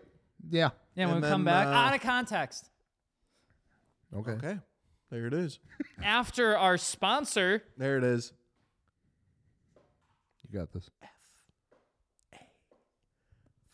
Yeah.
Yeah. When
And
we come
then,
back,
uh,
out of context.
Okay.
Okay. There it is.
After our sponsor.
There it is.
You got this.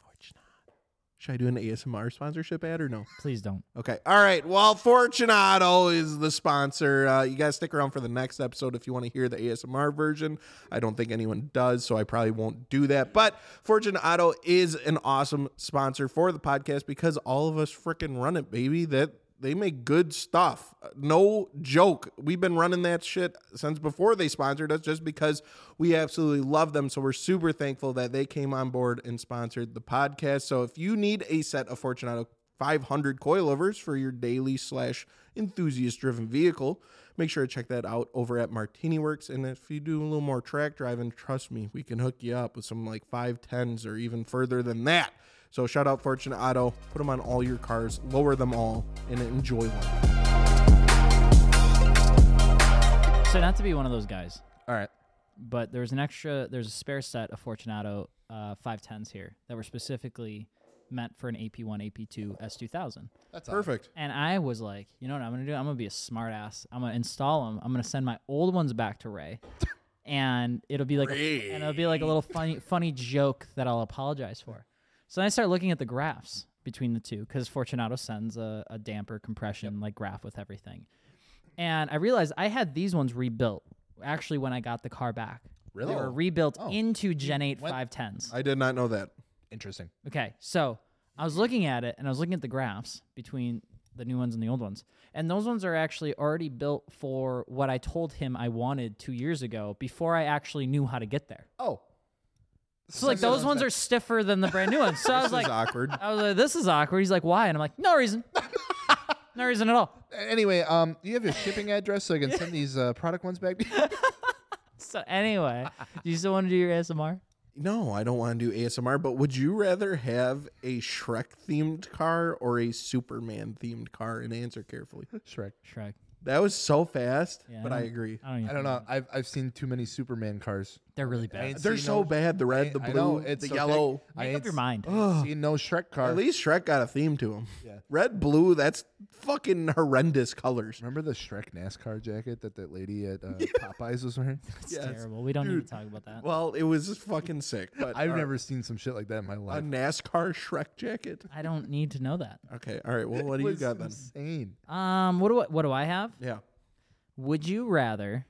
Fortunato. Should I do an ASMR sponsorship ad or no?
Please don't.
Okay. All right. Well, Fortunato is the sponsor. Uh, you guys stick around for the next episode if you want to hear the ASMR version. I don't think anyone does, so I probably won't do that. But Fortunato is an awesome sponsor for the podcast because all of us freaking run it, baby. That they make good stuff. No joke. We've been running that shit since before they sponsored us just because we absolutely love them. So we're super thankful that they came on board and sponsored the podcast. So if you need a set of Fortunato 500 coilovers for your daily slash enthusiast driven vehicle. Make sure to check that out over at Martini Works. And if you do a little more track driving, trust me, we can hook you up with some like 510s or even further than that. So shout out Fortune Auto, put them on all your cars, lower them all, and enjoy one.
So not to be one of those guys,
All right.
but there was an extra. There's a spare set of Fortunato uh, 510s here that were specifically meant for an AP1, AP2, S2000.
That's all.
Perfect.
And I was like, you know what I'm gonna do? I'm gonna be a smart ass. I'm gonna install them. I'm gonna send my old ones back to Ray, and it'll be like, a, and it'll be like a little funny, funny joke that I'll apologize for. So then I start looking at the graphs between the two because Fortunato sends a, a damper compression like graph with everything, and I realized I had these ones rebuilt actually when I got the car back.
Really?
They were rebuilt
Oh.
into Gen 8
went-
510s.
I did not know that.
Interesting.
Okay, so I was looking at it and I was looking at the graphs between the new ones and the old ones. And those ones are actually already built for what I told him I wanted two years ago before I actually knew how to get there.
Oh.
So, like, those ones are stiffer than the brand new ones. So I was
This
like,
is awkward.
I was like, this is awkward. He's like, why? And I'm like, no reason. no reason at all.
Anyway, um, do you have your shipping address so I can send these uh, product ones back? to you?
So, anyway, do you still want to do your ASMR?
No, I don't want to do ASMR, but would you rather have a Shrek themed car or a Superman themed car? And answer carefully.
Shrek.
Shrek.
That was so fast,
Yeah, I
but I,
don't-
agree.
I don't even
I don't know. I've I've seen too many Superman cars.
They're really bad.
ain't
They're
See,
so
no-
bad. The red, the
I-
blue,
I know, it's
the
okay.
yellow.
I
Make
ain't
up your mind.
s- seen no Shrek car.
At least Shrek got a theme to him.
Yeah.
Red, blue, that's fucking horrendous colors.
Remember the Shrek NASCAR jacket that that lady at uh, Popeyes was wearing?
It's
Yes.
terrible. We don't need
Dude.
to talk about that.
Well, it was fucking sick. But
I've
all right.
never seen some shit like that in my
a
life.
NASCAR Shrek jacket.
I don't need to know that.
Okay, all right. Well, what do you
was
got then?
Insane.
Um, what do I, what do I have?
Yeah.
Would you rather,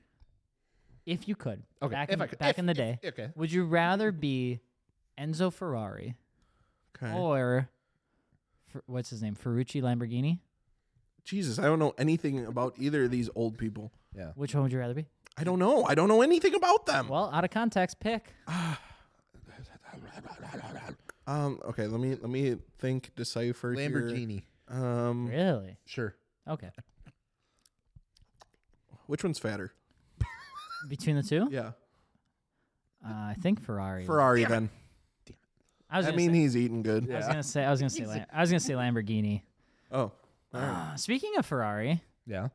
if you could,
Okay,
back,
if
in,
I could-
back
if-
in the
if-
day,
okay.
would you rather be Enzo Ferrari
Okay.
or Fer- what's his name, Ferrucci Lamborghini?
Jesus, I don't know anything about either of these old people.
Which one would you rather be?
I don't know. I don't know anything about them.
Well, out of context, pick.
Um. Okay. Let me let me think. Decipher. here.
Hmm. Lamborghini.
Um.
Really?
Sure.
Okay.
Which one's fatter?
Between the two,
Yeah,
uh, I think Ferrari.
Ferrari then.
I was
I
gonna
mean,
say,
he's eating good.
I was gonna say. I was gonna say. Lam- I was gonna say Lamborghini.
Oh,
Uh, speaking of Ferrari,
Yeah.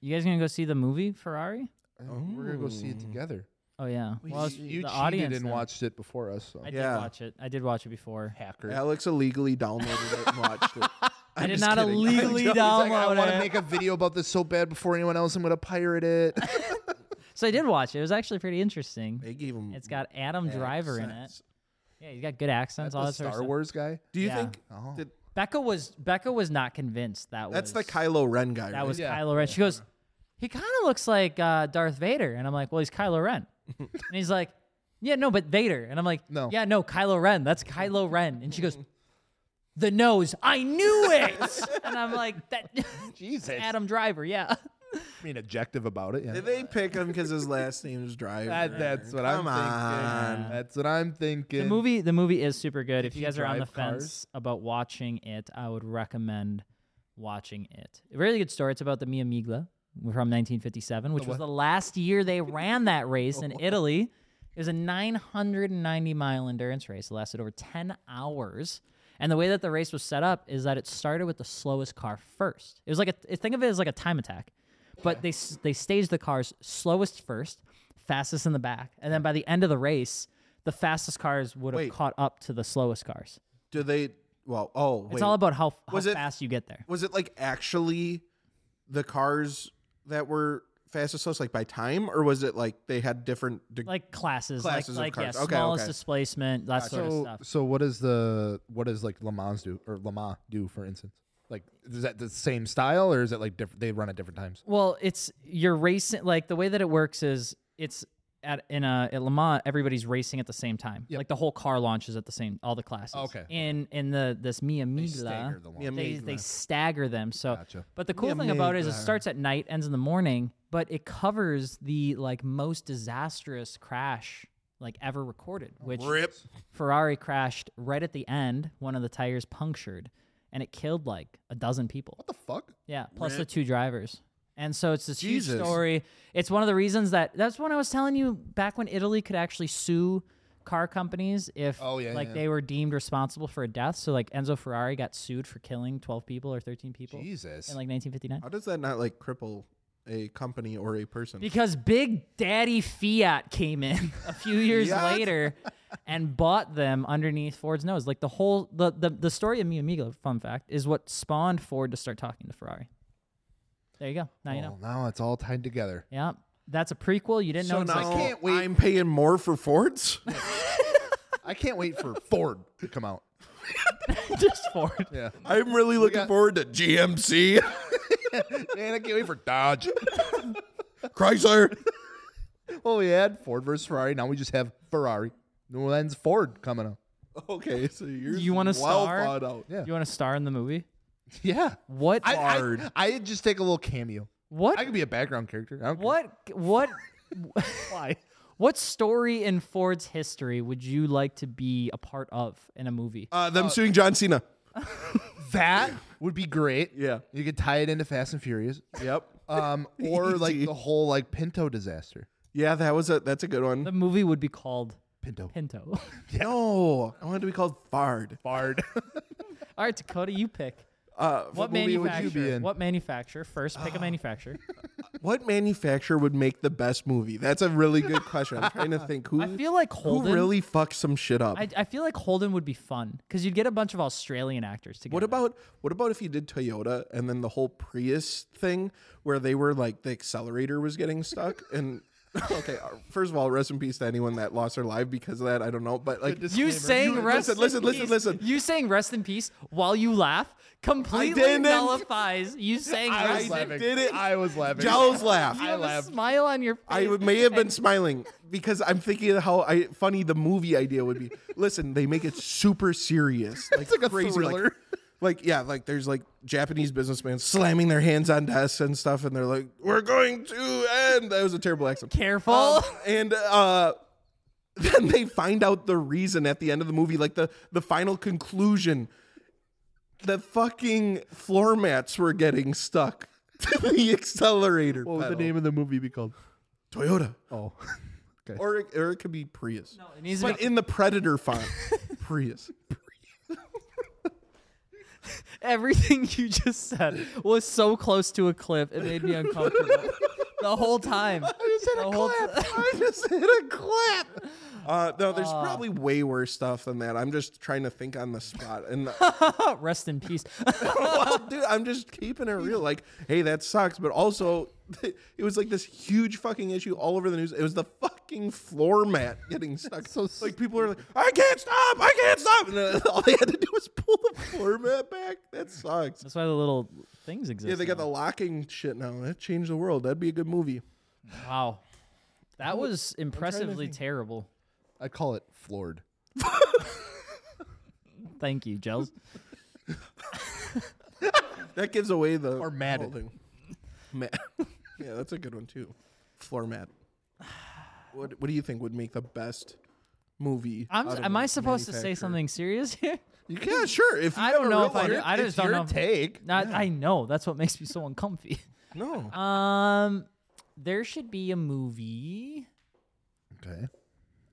you guys gonna go see the movie Ferrari?
We're gonna go see it together.
Oh yeah. Well, I was-
you
the
cheated
audience
and
then.
watched it before us. So.
I did
Yeah.
watch it. I did watch it before.
Hacker.
Alex illegally downloaded it and watched it.
i did
just
not
kidding.
illegally
He's like,
He's like, I
download
want
it.
to make a video about this so bad before anyone else. I'm gonna pirate it.
so I did watch it. It was actually pretty interesting.
They gave him.
It's got Adam Driver in it.
accents.
Yeah, he's got good accents. All
the
that sort of
Star
stuff.
Wars guy.
Do you
Yeah.
think
Oh.
did-
Becca was Becca was not convinced that
that's
was
the Kylo Ren guy?
that
right?
was
Yeah.
Kylo Ren. She goes, he kind of looks like uh, Darth Vader, and I'm like, well, he's Kylo Ren, and he's like, yeah, no, but Vader, and I'm like,
No.
yeah, no, Kylo Ren, that's Kylo Ren, and she goes, the nose, I knew it, and I'm like, that
Jesus.
Adam Driver, yeah,
Being objective about it. Yeah.
Did they pick him because his last name is Driver?
That, that's what
Come
I'm thinking.
on.
That's what I'm thinking.
the movie, the movie is super good. If you
you
guys are on the
drive cars?
fence about watching it, I would recommend watching it. A really good story. It's about the Mia Miglia from 1957, which was the last year they ran that race in Italy. It was a 990 mile endurance race. It lasted over 10 hours. And the way that the race was set up is that it started with the slowest car first. It was like a think of it as like a time attack, but they s- they staged the cars slowest first, fastest in the back, and then by the end of the race, the fastest cars would have
Wait.
caught up to the slowest cars.
Do they? Well, oh, wait.
It's all about how, how
Was it-
fast you get there.
was it like actually the cars that were fastest, like by time, or was it like they had different? De-
Like classes,
Classes of
like, like yeah,
cars. Okay,
smallest
okay.
displacement, that sort of
So,
stuff.
so what is the what does like Le Mans do or Le Mans do for instance? Like is that the same style or is it like different? They run at different times.
Well, it's you're racing like the way that it works is it's at in a at Le Mans everybody's racing at the same time. Like the whole car launches at the same all the classes.
Okay.
In in the this Mia Miglia,
the
Yeah,
line.
they they stagger them. So
Gotcha.
but the cool thing about it is it starts at night, ends in the morning, but it covers the like most disastrous crash like ever recorded, which
Rip.
Ferrari crashed right at the end, one of the tires punctured and it killed like a dozen people.
What the fuck?
Yeah, plus the two drivers. And so it's this
Jesus.
huge story. It's one of the reasons that that's when I was telling you back when Italy could actually sue car companies if
Oh, yeah,
like
yeah.
they were deemed responsible for a death. So like Enzo Ferrari got sued for killing 12 people or 13 people
Jesus.
in like 1959.
How does that not like cripple a company or a person?
Because Big Daddy Fiat came in a few years
Fiat?
later and bought them underneath Ford's nose. Like the whole the, the the story of Mia Miglia, fun fact, is what spawned Ford to start talking to Ferrari. There you go. Now you know.
Well, Oh, now it's all tied together.
Yeah. That's a prequel. You didn't know.
so
existed.
now
can't wait.
I'm paying more for Fords.
I can't wait for Ford to come out.
just Ford.
Yeah.
I'm really looking
got-
forward to GMC,
Man, I can't wait for Dodge.
Chrysler.
well, we had Oh, Ford versus Ferrari. Now we just have Ferrari. New Orleans Ford coming out.
Okay, so you're
You want a
well
star?
thought out.
Yeah.
You want to star in the movie?
Yeah.
What?
I, I,
Ford.
I just take a little cameo.
what?
I could be a background character. I don't care.
what? What?
Why?
What story in Ford's history would you like to be a part of in a movie?
Uh, them suing John Cena.
That would be great.
Yeah.
You could tie it into Fast and Furious.
Yep.
Um, or like
Easy.
the whole like Pinto disaster.
Yeah, that was a that's a good one.
the movie would be called
Pinto.
Pinto.
No, I wanted to be called Fard.
Bard.
All right, Dakota, you pick.
Uh,
What
movie would you be
manufacturer?
in? Uh,
What manufacturer? First, pick a manufacturer.
What manufacturer would make the best movie? That's a really good question. I'm trying to think who
I feel like
who
Holden.
really fucked some shit up.
I, I feel like Holden would be fun because you'd get a bunch of Australian actors together.
what about what about if you did Toyota and then the whole Prius thing where they were like the accelerator was getting stuck and okay, uh, first of all, rest in peace to anyone that lost their life because of that. I don't know, but like
You saying
You-
rest
listen, listen,
in
listen,
peace-
listen.
You saying rest in peace while you laugh completely
didn't.
nullifies you saying
I
rest
was
in
laughing.
did it.
I was laughing.
Jowls laugh.
You have a
laughed.
smile on your face.
I would- may have been smiling because I'm thinking how I, funny the movie idea would be. Listen, they make it super serious. Like
like a
crazy, like-
thriller.
Like, yeah, like there's like Japanese businessmen slamming their hands on desks and stuff, and they're like, "We're going to end." That was a terrible accent.
Careful.
Um, and uh, then they find out the reason at the end of the movie, like the the final conclusion. The fucking floor mats were getting stuck. the accelerator.
What would the
pedal.
name of the movie be called?
Toyota.
Oh, okay.
Or it, or it could be Prius.
It needs to
but
be
in the Predator font. Prius.
everything you just said was so close to a clip. It made me uncomfortable the whole time. The whole ti-
I just hit a clap. Uh, no, there's probably way worse stuff than that. I'm just trying to think on the spot. And
Rest in peace.
well, dude, I'm just keeping it real. Like, hey, that sucks. But also, it was like this huge fucking issue all over the news. It was the fucking floor mat getting stuck.
so
like people are like, I can't stop, I can't stop. And uh, all they had to do was pull the floor mat back. That sucks.
That's why the little things exist.
Yeah, they got
now.
the locking shit now. That changed the world. That'd be a good movie.
wow. That was impressively
think.
terrible.
I call it floored.
Thank you, Gels.
That gives away the
Or matted.
whole thing. Ma- yeah, that's a good one too. Floor mat. What What do you think would make the best movie?
I'm,
out of
am
the
I supposed to say
manufacturer?
something serious here?
You can, yeah, sure. If you
I
have
don't
a
know
real
if I
one.
do. I
It's
just don't
your
know. if-
Take.
Not, I know. That's what makes me so uncomfy.
No.
Um, there should be a movie
Okay.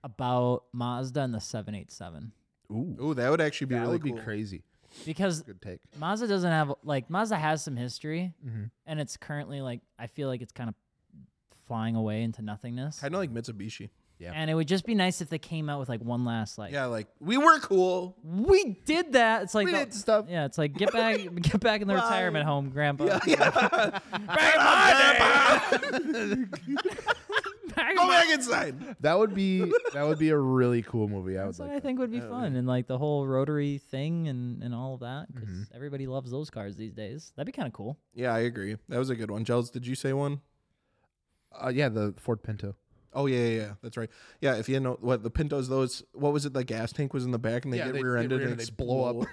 about Mazda and the 787
Ooh,
Oh, that would actually be
that
really
would be
cool.
crazy.
because
Good take.
Mazda doesn't have like Mazda has some history,
Mm-hmm.
and it's currently like I feel like it's kind of flying away into nothingness.
Kind of like Mitsubishi.
Yeah.
And it would just be nice if they came out with like one last like
Yeah, like we were cool.
we did that. It's like
We
the-
did stuff.
Yeah, it's like get back, get back in the retirement home, Grandpa. Back in
Go
my-
back inside.
That would be that would be a really cool movie. I would
That's what
like.
I think would be fun, and like the whole rotary thing and and all of that, because
Mm-hmm.
everybody loves those cars these days. That'd be kind of cool.
Yeah, I agree. That was a good one. Gels, did you say one?
Uh, yeah, the Ford Pinto.
Oh yeah, yeah, yeah, that's right. Yeah, if you know what the Pintos, those what was it? The gas tank was in the back, and they
Yeah,
get
they- they
rear-ended,
rear-end
and
and they blow up.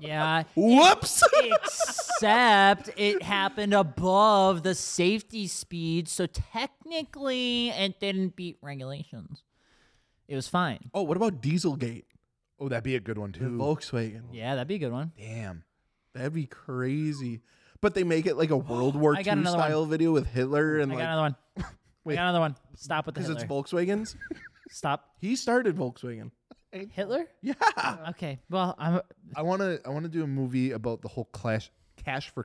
Yeah,
Whoops!
except it happened above the safety speed, so technically it didn't beat regulations. It was fine.
oh, what about Dieselgate?
Oh, that'd be a good one
The
too.
Volkswagen.
Yeah, that'd be a good one.
Damn.
That'd be crazy. But they make it like a World War
I
II
got another one.
style video with Hitler and
I got
like
another one. I
Wait.
got another one. Stop with the
because
Hitler.
it's Volkswagens.
Stop.
he started Volkswagen.
Hitler?
Yeah.
Okay. Well, I'm.
I want to I want to do a movie about the whole clash cash for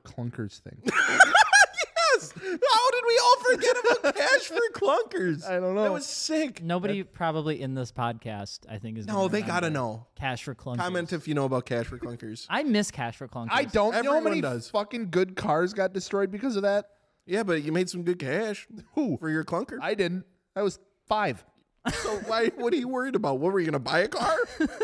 clunkers thing.
Yes. How did we all forget about Cash for Clunkers?
I don't
That
know.
was sick.
Nobody probably in this podcast, I think, is.
No,
gonna
they
remember
gotta know.
Cash for clunkers.
Comment if you know about Cash for Clunkers.
I miss Cash for clunkers.
I don't know
Everyone
how many
does.
fucking good cars got destroyed because of that.
yeah, but you made some good cash.
Who?
for your clunker?
I didn't. I was five.
so why? What are you worried about? What were you gonna buy a car?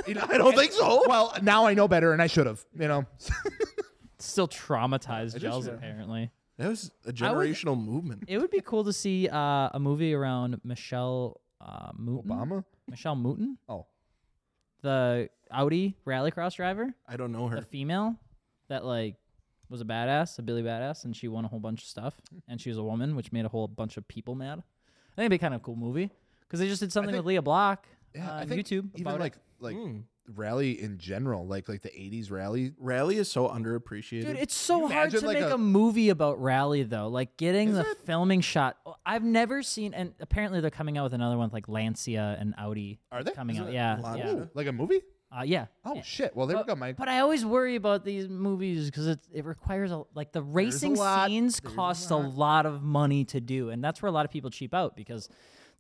I don't Oh, think so.
Well, now I know better, and I should have. You know.
Hmm? Still traumatized gels, apparently.
That was a generational movement.
It would be cool to see uh, a movie around Michelle uh, Mouton.
Obama.
Michelle Mouton,
Oh.
the Audi rallycross driver,
I don't know
the
her.
female that like was a badass, a Billy badass, and she won a whole bunch of stuff, and she was a woman, which made a whole bunch of people mad. I think it'd be kind of a cool movie because they just did something with Leah Block
Yeah,
on
I think
Uh, YouTube.
Even
about it.
like like
Hmm.
rally in general, like like the '80s rally.
Rally is so underappreciated.
Dude, it's so hard
imagine,
to
like,
make a,
a-
movie about Rally though. Like getting the filming shot. Oh, I've never seen, and apparently they're coming out with another one with, like Lancia and Audi.
Are they?
coming
Is
out?
it
Yeah,
Lancia?
yeah,
Ooh, like a movie.
uh, yeah.
Oh shit! Well, there we go, Mike.
But I always worry about these movies because it it requires a like the racing
lot.
scenes cost a lot. of money to do, and that's where a lot of people cheap out because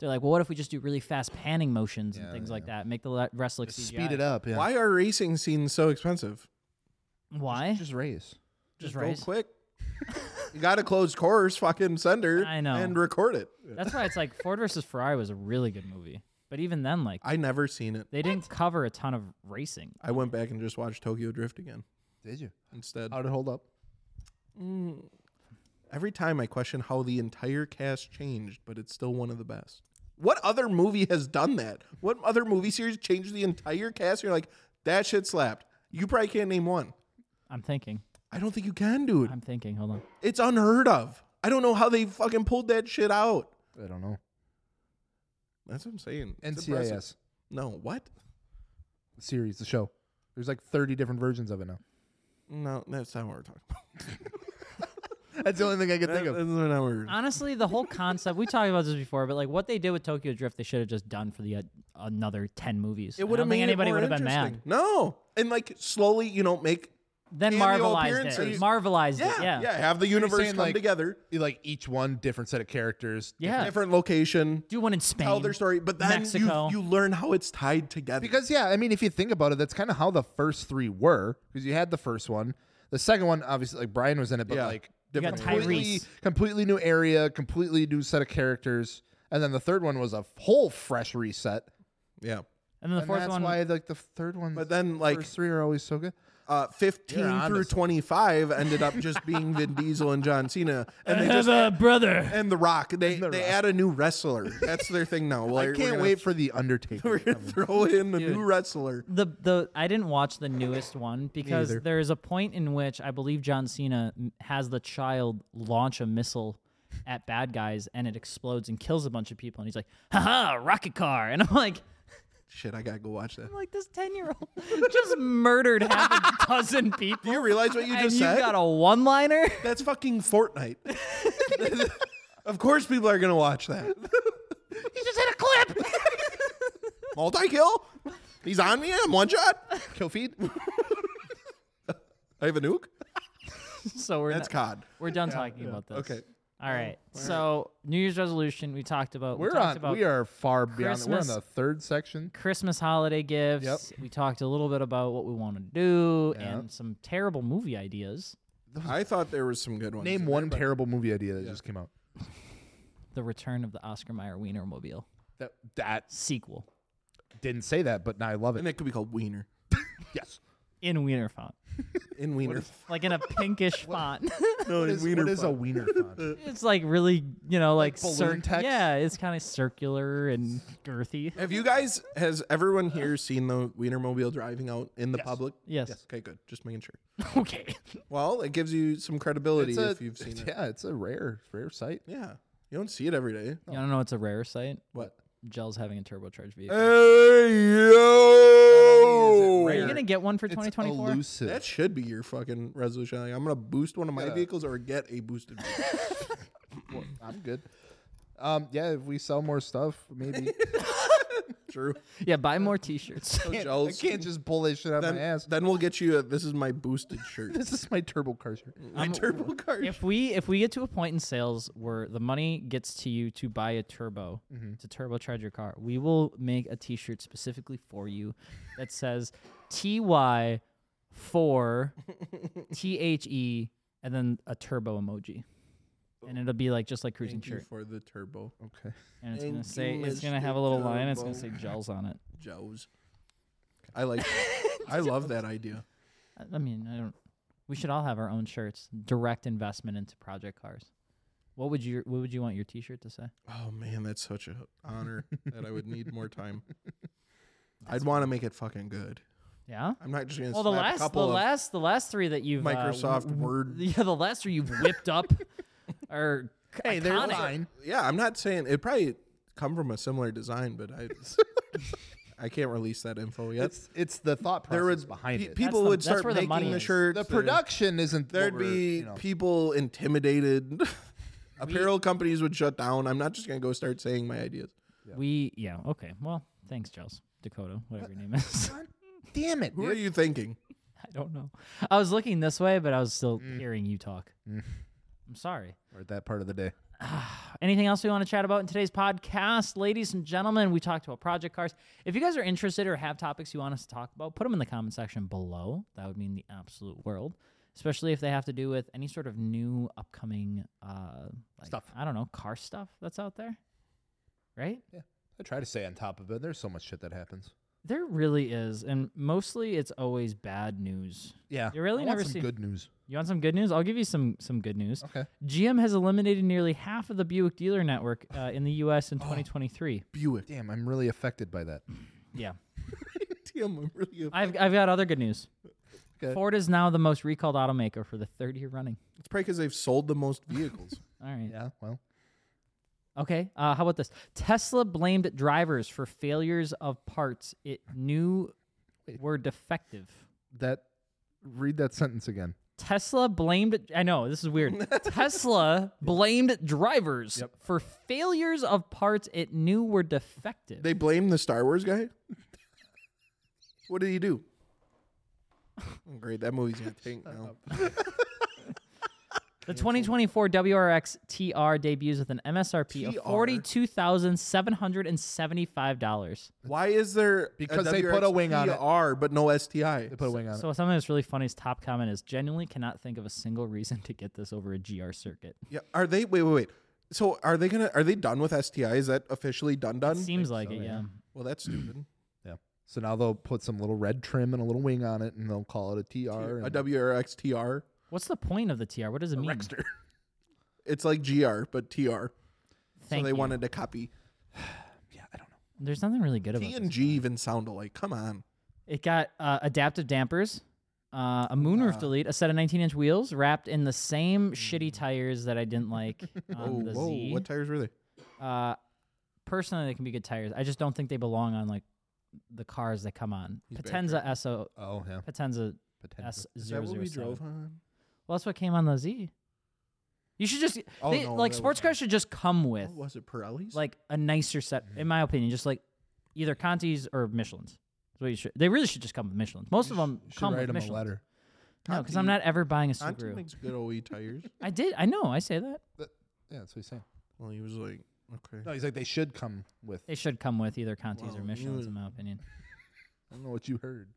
they're like, well, what if we just do really fast panning motions and things like that, make the le- rest look CGI.
Speed it up. Yeah.
Why are racing scenes so expensive?
Why?
Just race.
Just
Go
race.
quick. you got a closed course. Fucking sender.
I know.
And record it.
That's why it's like Ford versus Ferrari was a really good movie, but even then, like.
I never seen it.
They didn't cover a ton of racing.
I went back and just watched Tokyo Drift again
Did you?
instead. Mm.
How'd it hold up?
Every time I question how the entire cast changed, but it's still one of the best. What other movie has done that? What other movie series changed the entire cast? You're like, that shit slapped. You probably can't name one.
I'm thinking.
I don't think you can, dude.
I'm thinking. Hold on.
It's unheard of. I don't know how they fucking pulled that shit out.
I don't know.
That's what I'm saying. It's
NCIS
impressive. No, what?
series, the show. There's like 30 different versions of it now.
No, that's not what we're talking about.
That's the only thing I could think of.
Honestly, the whole concept we talked about this before, but like what they did with Tokyo Drift, they should have just done for the uh, another ten movies.
It
I
would have
don't
made
think anybody
would have
been mad.
No, and like slowly, you know, make
Then
Cameo
marvelized it.
appearances.
Marvelized
yeah,
it.
yeah,
Yeah.
have the universe
saying,
come
like-
together,
Like each one different set of characters.
Yeah.
different location,
Do one in Spain.
tell their story, but then you,
Mexico.
you learn how it's tied together.
Because yeah, I mean, if you think about it, that's kind of how the first three were. Because you had the first one, the second one, obviously, like Brian was in it, but
Yeah.
like
You got
completely,
Tyrese.
completely new area, completely new set of characters, and then the third one was a whole fresh reset.
yeah,
and then the
And
fourth
that's
one
why like the third one.
but then like
first three are always so good.
uh,
You're
15
onto
through
something.
25 ended up just being Vin Diesel and John Cena, and they
have
just
a brother.
and The Rock. They
The
they
Rock.
add a new wrestler. That's their thing now. Well,
I can't wait for the Undertaker.
We're gonna throw in the new wrestler.
the the I didn't watch the newest one because there is a point in which I believe John Cena m- has the child launch a missile at bad guys and it explodes and kills a bunch of people and he's like, haha, rocket car, and I'm like,
Shit, I gotta go watch that.
I'm like this ten year old just murdered half a dozen people.
Do you realize what you
and
just
you
said?
got a one liner.
That's fucking Fortnite. of course, people are gonna watch that.
He just hit a clip.
Multi kill. He's on me. I'm one shot.
Kill feed.
I have a nuke.
so we're
That's
not-
COD.
we're done talking about this.
Okay.
All right. So New Year's resolution we talked about. we
We're
talked
on.
About
We are far beyond. We're on
Christmas.
the third section.
Christmas holiday gifts. We talked a little bit about what we want to do
Yeah.
and some terrible movie ideas.
I thought there was some good ones.
Name one terrible movie idea that just came out.
The Return of the Oscar Mayer Wienermobile
That that
sequel
didn't say that, but now I love it.
and it could be called Wiener.
yes.
in Wiener font,
In Wiener.
like in a pinkish font.
No,
What
in
is,
Wiener.
what is a
font.
wiener font?
it's like really, you know, like,
balloon
cir-
text?
Yeah, it's kind of circular and girthy.
Have you guys? Has everyone here seen the Wienermobile driving out in the public?
Yes.
Okay, good. Just making sure.
Okay.
Well, it gives you some credibility
It's a-
if you've seen it.
yeah, it's a rare, rare sight.
Yeah. You don't see it every day.
You don't know it's a rare sight.
What?
Gel's having a turbocharged vehicle.
Hey
Not
yo!
only
Are
is
you gonna get one for 2024?
It's elusive.
That should be your fucking resolution. Like, I'm gonna boost one of my vehicles or get a boosted. vehicle.
I'm good. Um, yeah, if we sell more stuff, maybe.
True.
yeah, buy more T-shirts.
So
I
Giles,
can't just pull that shit out of
then,
my ass.
then we'll get you. A, this is my boosted shirt.
this is my turbo car shirt.
my turbo car. shirt.
if we if we get to a point in sales where the money gets to you to buy a turbo
Mm-hmm.
to turbocharge your car, we will make a T-shirt specifically for you that says TY four T H E and then a turbo emoji, and it'll be like just like cruising
Thank you
shirt,
for the turbo.
Okay.
and it's
Thank
gonna say
you,
it's gonna have a
Mr.
little line. It's gonna say
Turbo.
gels on it.
Joe's. I like. that. I love that idea.
I- I mean, I don't. We should all have our own shirts. Direct investment into project cars. What would you What would you want your T-shirt to say?
Oh man, that's such a honor that I would need more time. I'd want to make it fucking good.
Yeah.
I'm not just gonna.
Well, the
slap a
last, the
couple of
last, the last three that you've uh,
Microsoft
w-
Word.
yeah, the last three you've whipped up are c-
Hey, they're
iconic.
fine.
Yeah, I'm not saying it probably come from a similar design, but I I can't release that info yet.
It's it's the thought process
there would
behind
pe-
it.
people
the-
would
that's
start
where the
making
money
the
is.
shirts.
the
there-
production isn't.
There'd
what we're,
be
you know,
people intimidated. Apparel companies would shut down. I'm not just gonna go start saying my ideas.
We, yeah, okay. Well, thanks, Giles, Dakota, whatever your name is.
Damn it!
Who
dude.
are you thinking?
I don't know. I was looking this way, but I was still hearing you talk. I'm sorry.
We're at that part of the day.
Anything else we want to chat about in today's podcast, ladies and gentlemen? We talked about project cars. If you guys are interested or have topics you want us to talk about, put them in the comment section below. That would mean the absolute world, especially if they have to do with any sort of new upcoming uh, like,
Stuff.
I don't know, car stuff that's out there, right?
Yeah, I try to stay on top of it. There's so much shit that happens.
There really is, and mostly it's always bad news.
Yeah,
You really
I
never
want some
see-
good news.
You want some good news? I'll give you some some good news.
Okay.
GM has eliminated nearly half of the Buick dealer network uh, in the U.S. in 2023.
Buick.
Damn, I'm really affected by that.
Mm. Yeah.
Damn, I'm really.
I've, I've got other good news.
Okay.
Ford is now the most recalled automaker for the third year running.
It's probably because they've sold the most vehicles.
All right.
Yeah, well,
Okay. Uh, how about this? Tesla blamed drivers for failures of parts it knew were defective.
that read that sentence again.
Tesla blamed, I know this is weird. Tesla blamed drivers for failures of parts it knew were defective.
They blame the Star Wars guy. what did he do? Oh, great, that movie's gonna tank now.
the 2024 WRX TR debuts with an MSRP
TR?
of $42,775.
Why is there
Because they put a wing on it.
R but no STI?
They put a wing on it.
So something that's really funny is top comment is genuinely cannot think of a single reason to get this over a GR circuit.
Yeah, are they? Wait, wait, wait. So are they gonna? Are they done with STI? Is that officially done? Done?
Seems like it, yeah.
well, that's stupid.
Yeah. So now they'll put some little red trim and a little wing on it, and they'll call it a TR.
a
and
WRX TR.
What's the point of the TR? What does it mean?
It's like GR but TR.
Thank
so they
you.
wanted to copy.
yeah, I don't know.
There's nothing really good about
T
it.
and G even sound alike. Come on.
It got uh, adaptive dampers, uh, a
Ah.
moonroof delete, a set of 19 inch wheels wrapped in the same shitty tires that I didn't like on
Oh,
the
Hmm. whoa!
Z.
What tires were they?
uh, personally, they can be good tires. I just don't think they belong on like the cars that come on
back
Potenza SO
Oh yeah.
Potenza
Potential.
S
Is
zero
that what
zero
we
seven.
drove on?
Well, that's what came on the Z. You should just
Oh,
they-
no,
like
that Oh,
sports
wasn't-
cars should just come with
What was it Pirelli's?
like a nicer set,
mm-hmm.
in my opinion. Just like either Conti's or Michelin's. That's what you should. They really should just come with Michelin's. Most of them
Should
come
write
with
him a
Michelin's.
letter.
No, because I'm
Conti-
not ever buying a
Conti
Subaru.
makes good OE tires.
I did. I know. I say that
yeah, that's what he's saying.
Well, he was like, okay.
No, he's like they should come with.
they should come with either Contis
Well,
or
you
Michelin's, in
would-
my opinion.
I don't know what you heard.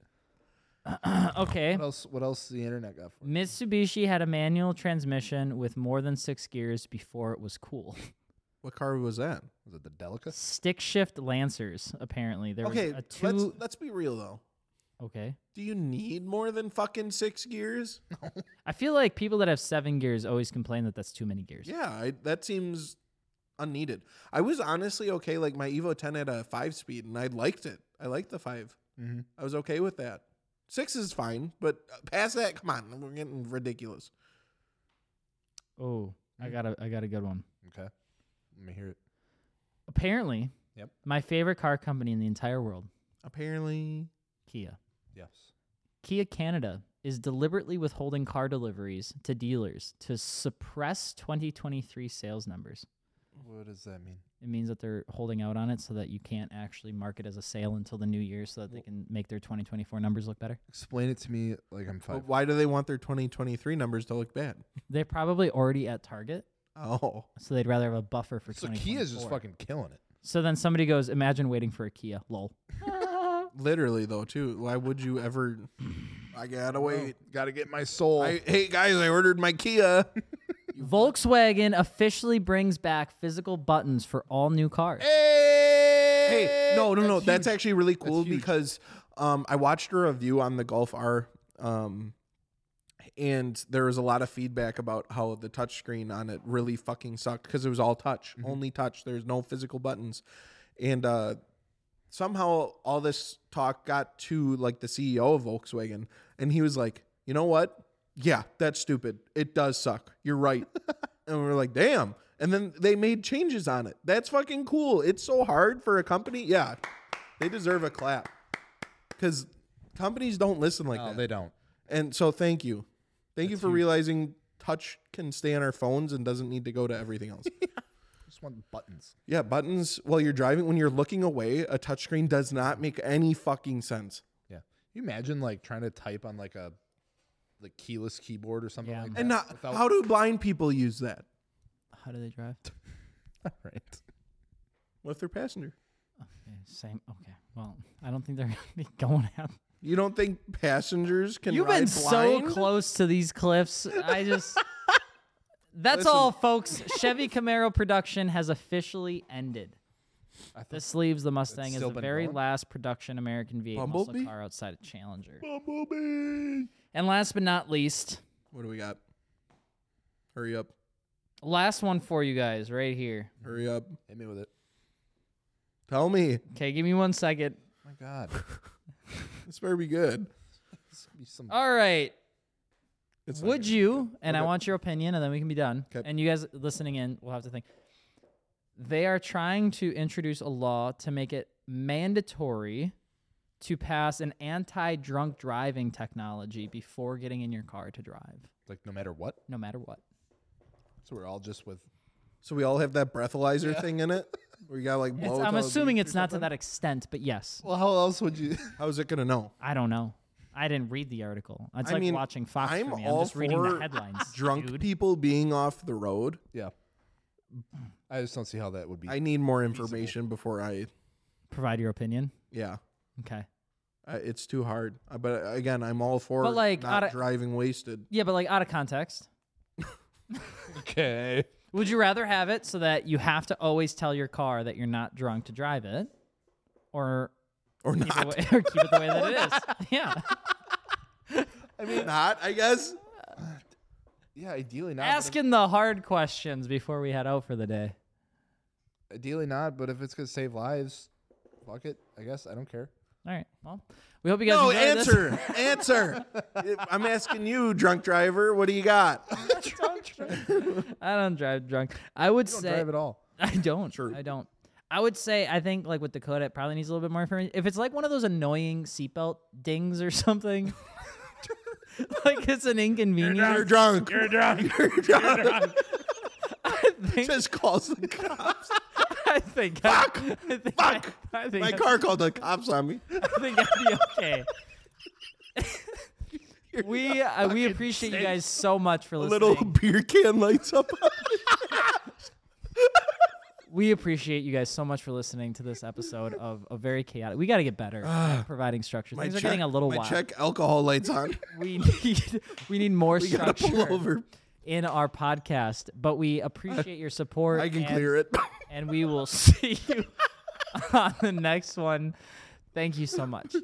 okay.
What else? What else? The internet got for you?
Mitsubishi had a manual transmission with more than six gears before it was cool.
What car was that?
was it the Delica?
Stick shift Lancers. Apparently, there
okay,
was a 2
let's let's be real though.
okay.
Do you need more than fucking six gears?
I feel like people that have seven gears always complain that that's too many gears.
Yeah, I, that seems unneeded. I was honestly okay. Like my Evo 10 had a five speed, and I liked it. I liked the 5
Mhm.
I was okay with that. Six is fine, but uh, past that, come on, we're getting ridiculous.
Oh,
Mm.
I got a I got a good one.
Okay, let me hear it.
Apparently,
Yep.
my favorite car company in the entire world,
Apparently,
Kia.
Yes.
Kia Canada is deliberately withholding car deliveries to dealers to suppress 2023 sales numbers.
What does that mean?
It means that they're holding out on it so that you can't actually mark it as a sale until the new year so that they can make their 2024 numbers look better.
Explain it to me like I'm five.
but why do they want their 2023 numbers to look bad?
They're probably already at target,
Oh,
so they'd rather have a buffer for
So
2024.
Kia's just fucking killing it.
So then somebody goes, "Imagine waiting for a Kia." Lol.
literally though, too. Why would you ever? I gotta wait.
Gotta get my soul.
I, hey guys, I ordered my Kia.
Volkswagen officially brings back physical buttons for all new cars.
hey,
hey,
no, no, no. That's
huge.
actually really cool
huge.
because um, I watched a review on the Golf R, um, and there was a lot of feedback about how the touchscreen on it really fucking sucked because it was all touch, only touch. There's no physical buttons, and uh, somehow all this talk got to like the CEO of Volkswagen, and he was like, "You know what? Yeah, that's stupid. It does suck. You're right." and we were like, "Damn." And then they made changes on it. That's fucking cool. It's so hard for a company. Yeah, they deserve a clap because companies don't listen like
No,
that.
they don't.
and so, thank you, thank you for realizing touch can stay on our phones and doesn't need to go to everything else.
Just want buttons.
Yeah, buttons while you're driving, when you're looking away, a touchscreen does not make any fucking sense.
Yeah. You imagine like trying to type on like a like keyless keyboard or something
Yeah.
like that.
And not,
without-
how do blind people use that?
How do they drive?
right.
With their passenger.
Okay, same. Okay. Well, I don't think they're going to be going out
You don't think passengers can
You've
ride
been
blind?
so close to these cliffs. I just. That's
Listen.
all, folks. Chevy Camaro production has officially ended.
I thought-
This leaves the Mustang as
still
the
been
very
going?
last production American V8 muscle
Bumblebee?
car outside of Challenger.
Bumblebee.
And last but not least,
What do we got? Hurry up.
last one for you guys right here.
Hurry up.
Hit me with it.
Tell me.
Okay, give me one second.
my God.
This better be good.
This could be some-
All right.
It's not
Would
good.
you? And I
Okay.
want your opinion, and then we can be done.
'Kay.
And you guys listening in will have to think. They are trying to introduce a law to make it mandatory to pass an anti-drunk driving technology before getting in your car to drive,
Like no matter what.
no matter what.
So we're all just with.
So we all have that breathalyzer thing in it. Where you got like blow.
It's, I'm assuming it's not to that extent, but yes,
Well, how else would you?
How's it gonna know?
I don't know. I didn't read the article. It's
I
like
mean,
watching Fox.
I'm
for me.
all
I'm just reading the
for
headlines.
Drunk
dude.
people being off the road.
yeah. I just don't see how that would be.
I need more information before I.
Provide your opinion.
Yeah,
Okay.
uh, it's too hard. Uh, But again, I'm all for
But, like,
not
outta-
driving wasted.
Yeah, but like out of context.
okay.
Would you rather have it so that you have to always tell your car that you're not drunk to drive it, or
Or
keep it,
not.
way, or keep it the way that it is? Yeah.
I mean, not. I guess.
Yeah, ideally not. but if-
Asking the hard questions before we head out for the day.
Ideally not, but if it's gonna save lives, fuck it. I guess I don't care.
All right. Well, we hope you guys
No,
enjoyed this.
answer, answer. I'm asking you, drunk driver. What do you got?
I don't drive drunk. I would
Don't
say
drive at all.
I don't.
True.
I don't. I would say I think like with Dakota, it probably needs a little bit more information. If it's like one of those annoying seatbelt dings or something, like it's an
You're
inconvenience.
drunk. You're drunk. You're drunk.
I think.
Just calls the cops.
I think. I, I think.
Fuck.
I, I think.
My
I,
car called the cops on me.
I think I'd be okay. we uh, we appreciate you guys so much for listening.
Little beer can lights up.
we appreciate you guys so much for listening to this episode of a very chaotic. We got to get better at providing structure. Things are getting a little
Ah, my
wild.
check alcohol lights on.
We need we need more
We gotta
structure
pull over.
in our podcast, but we appreciate your support.
I can
and,
clear it.
and we will see you on the next one. Thank you so much.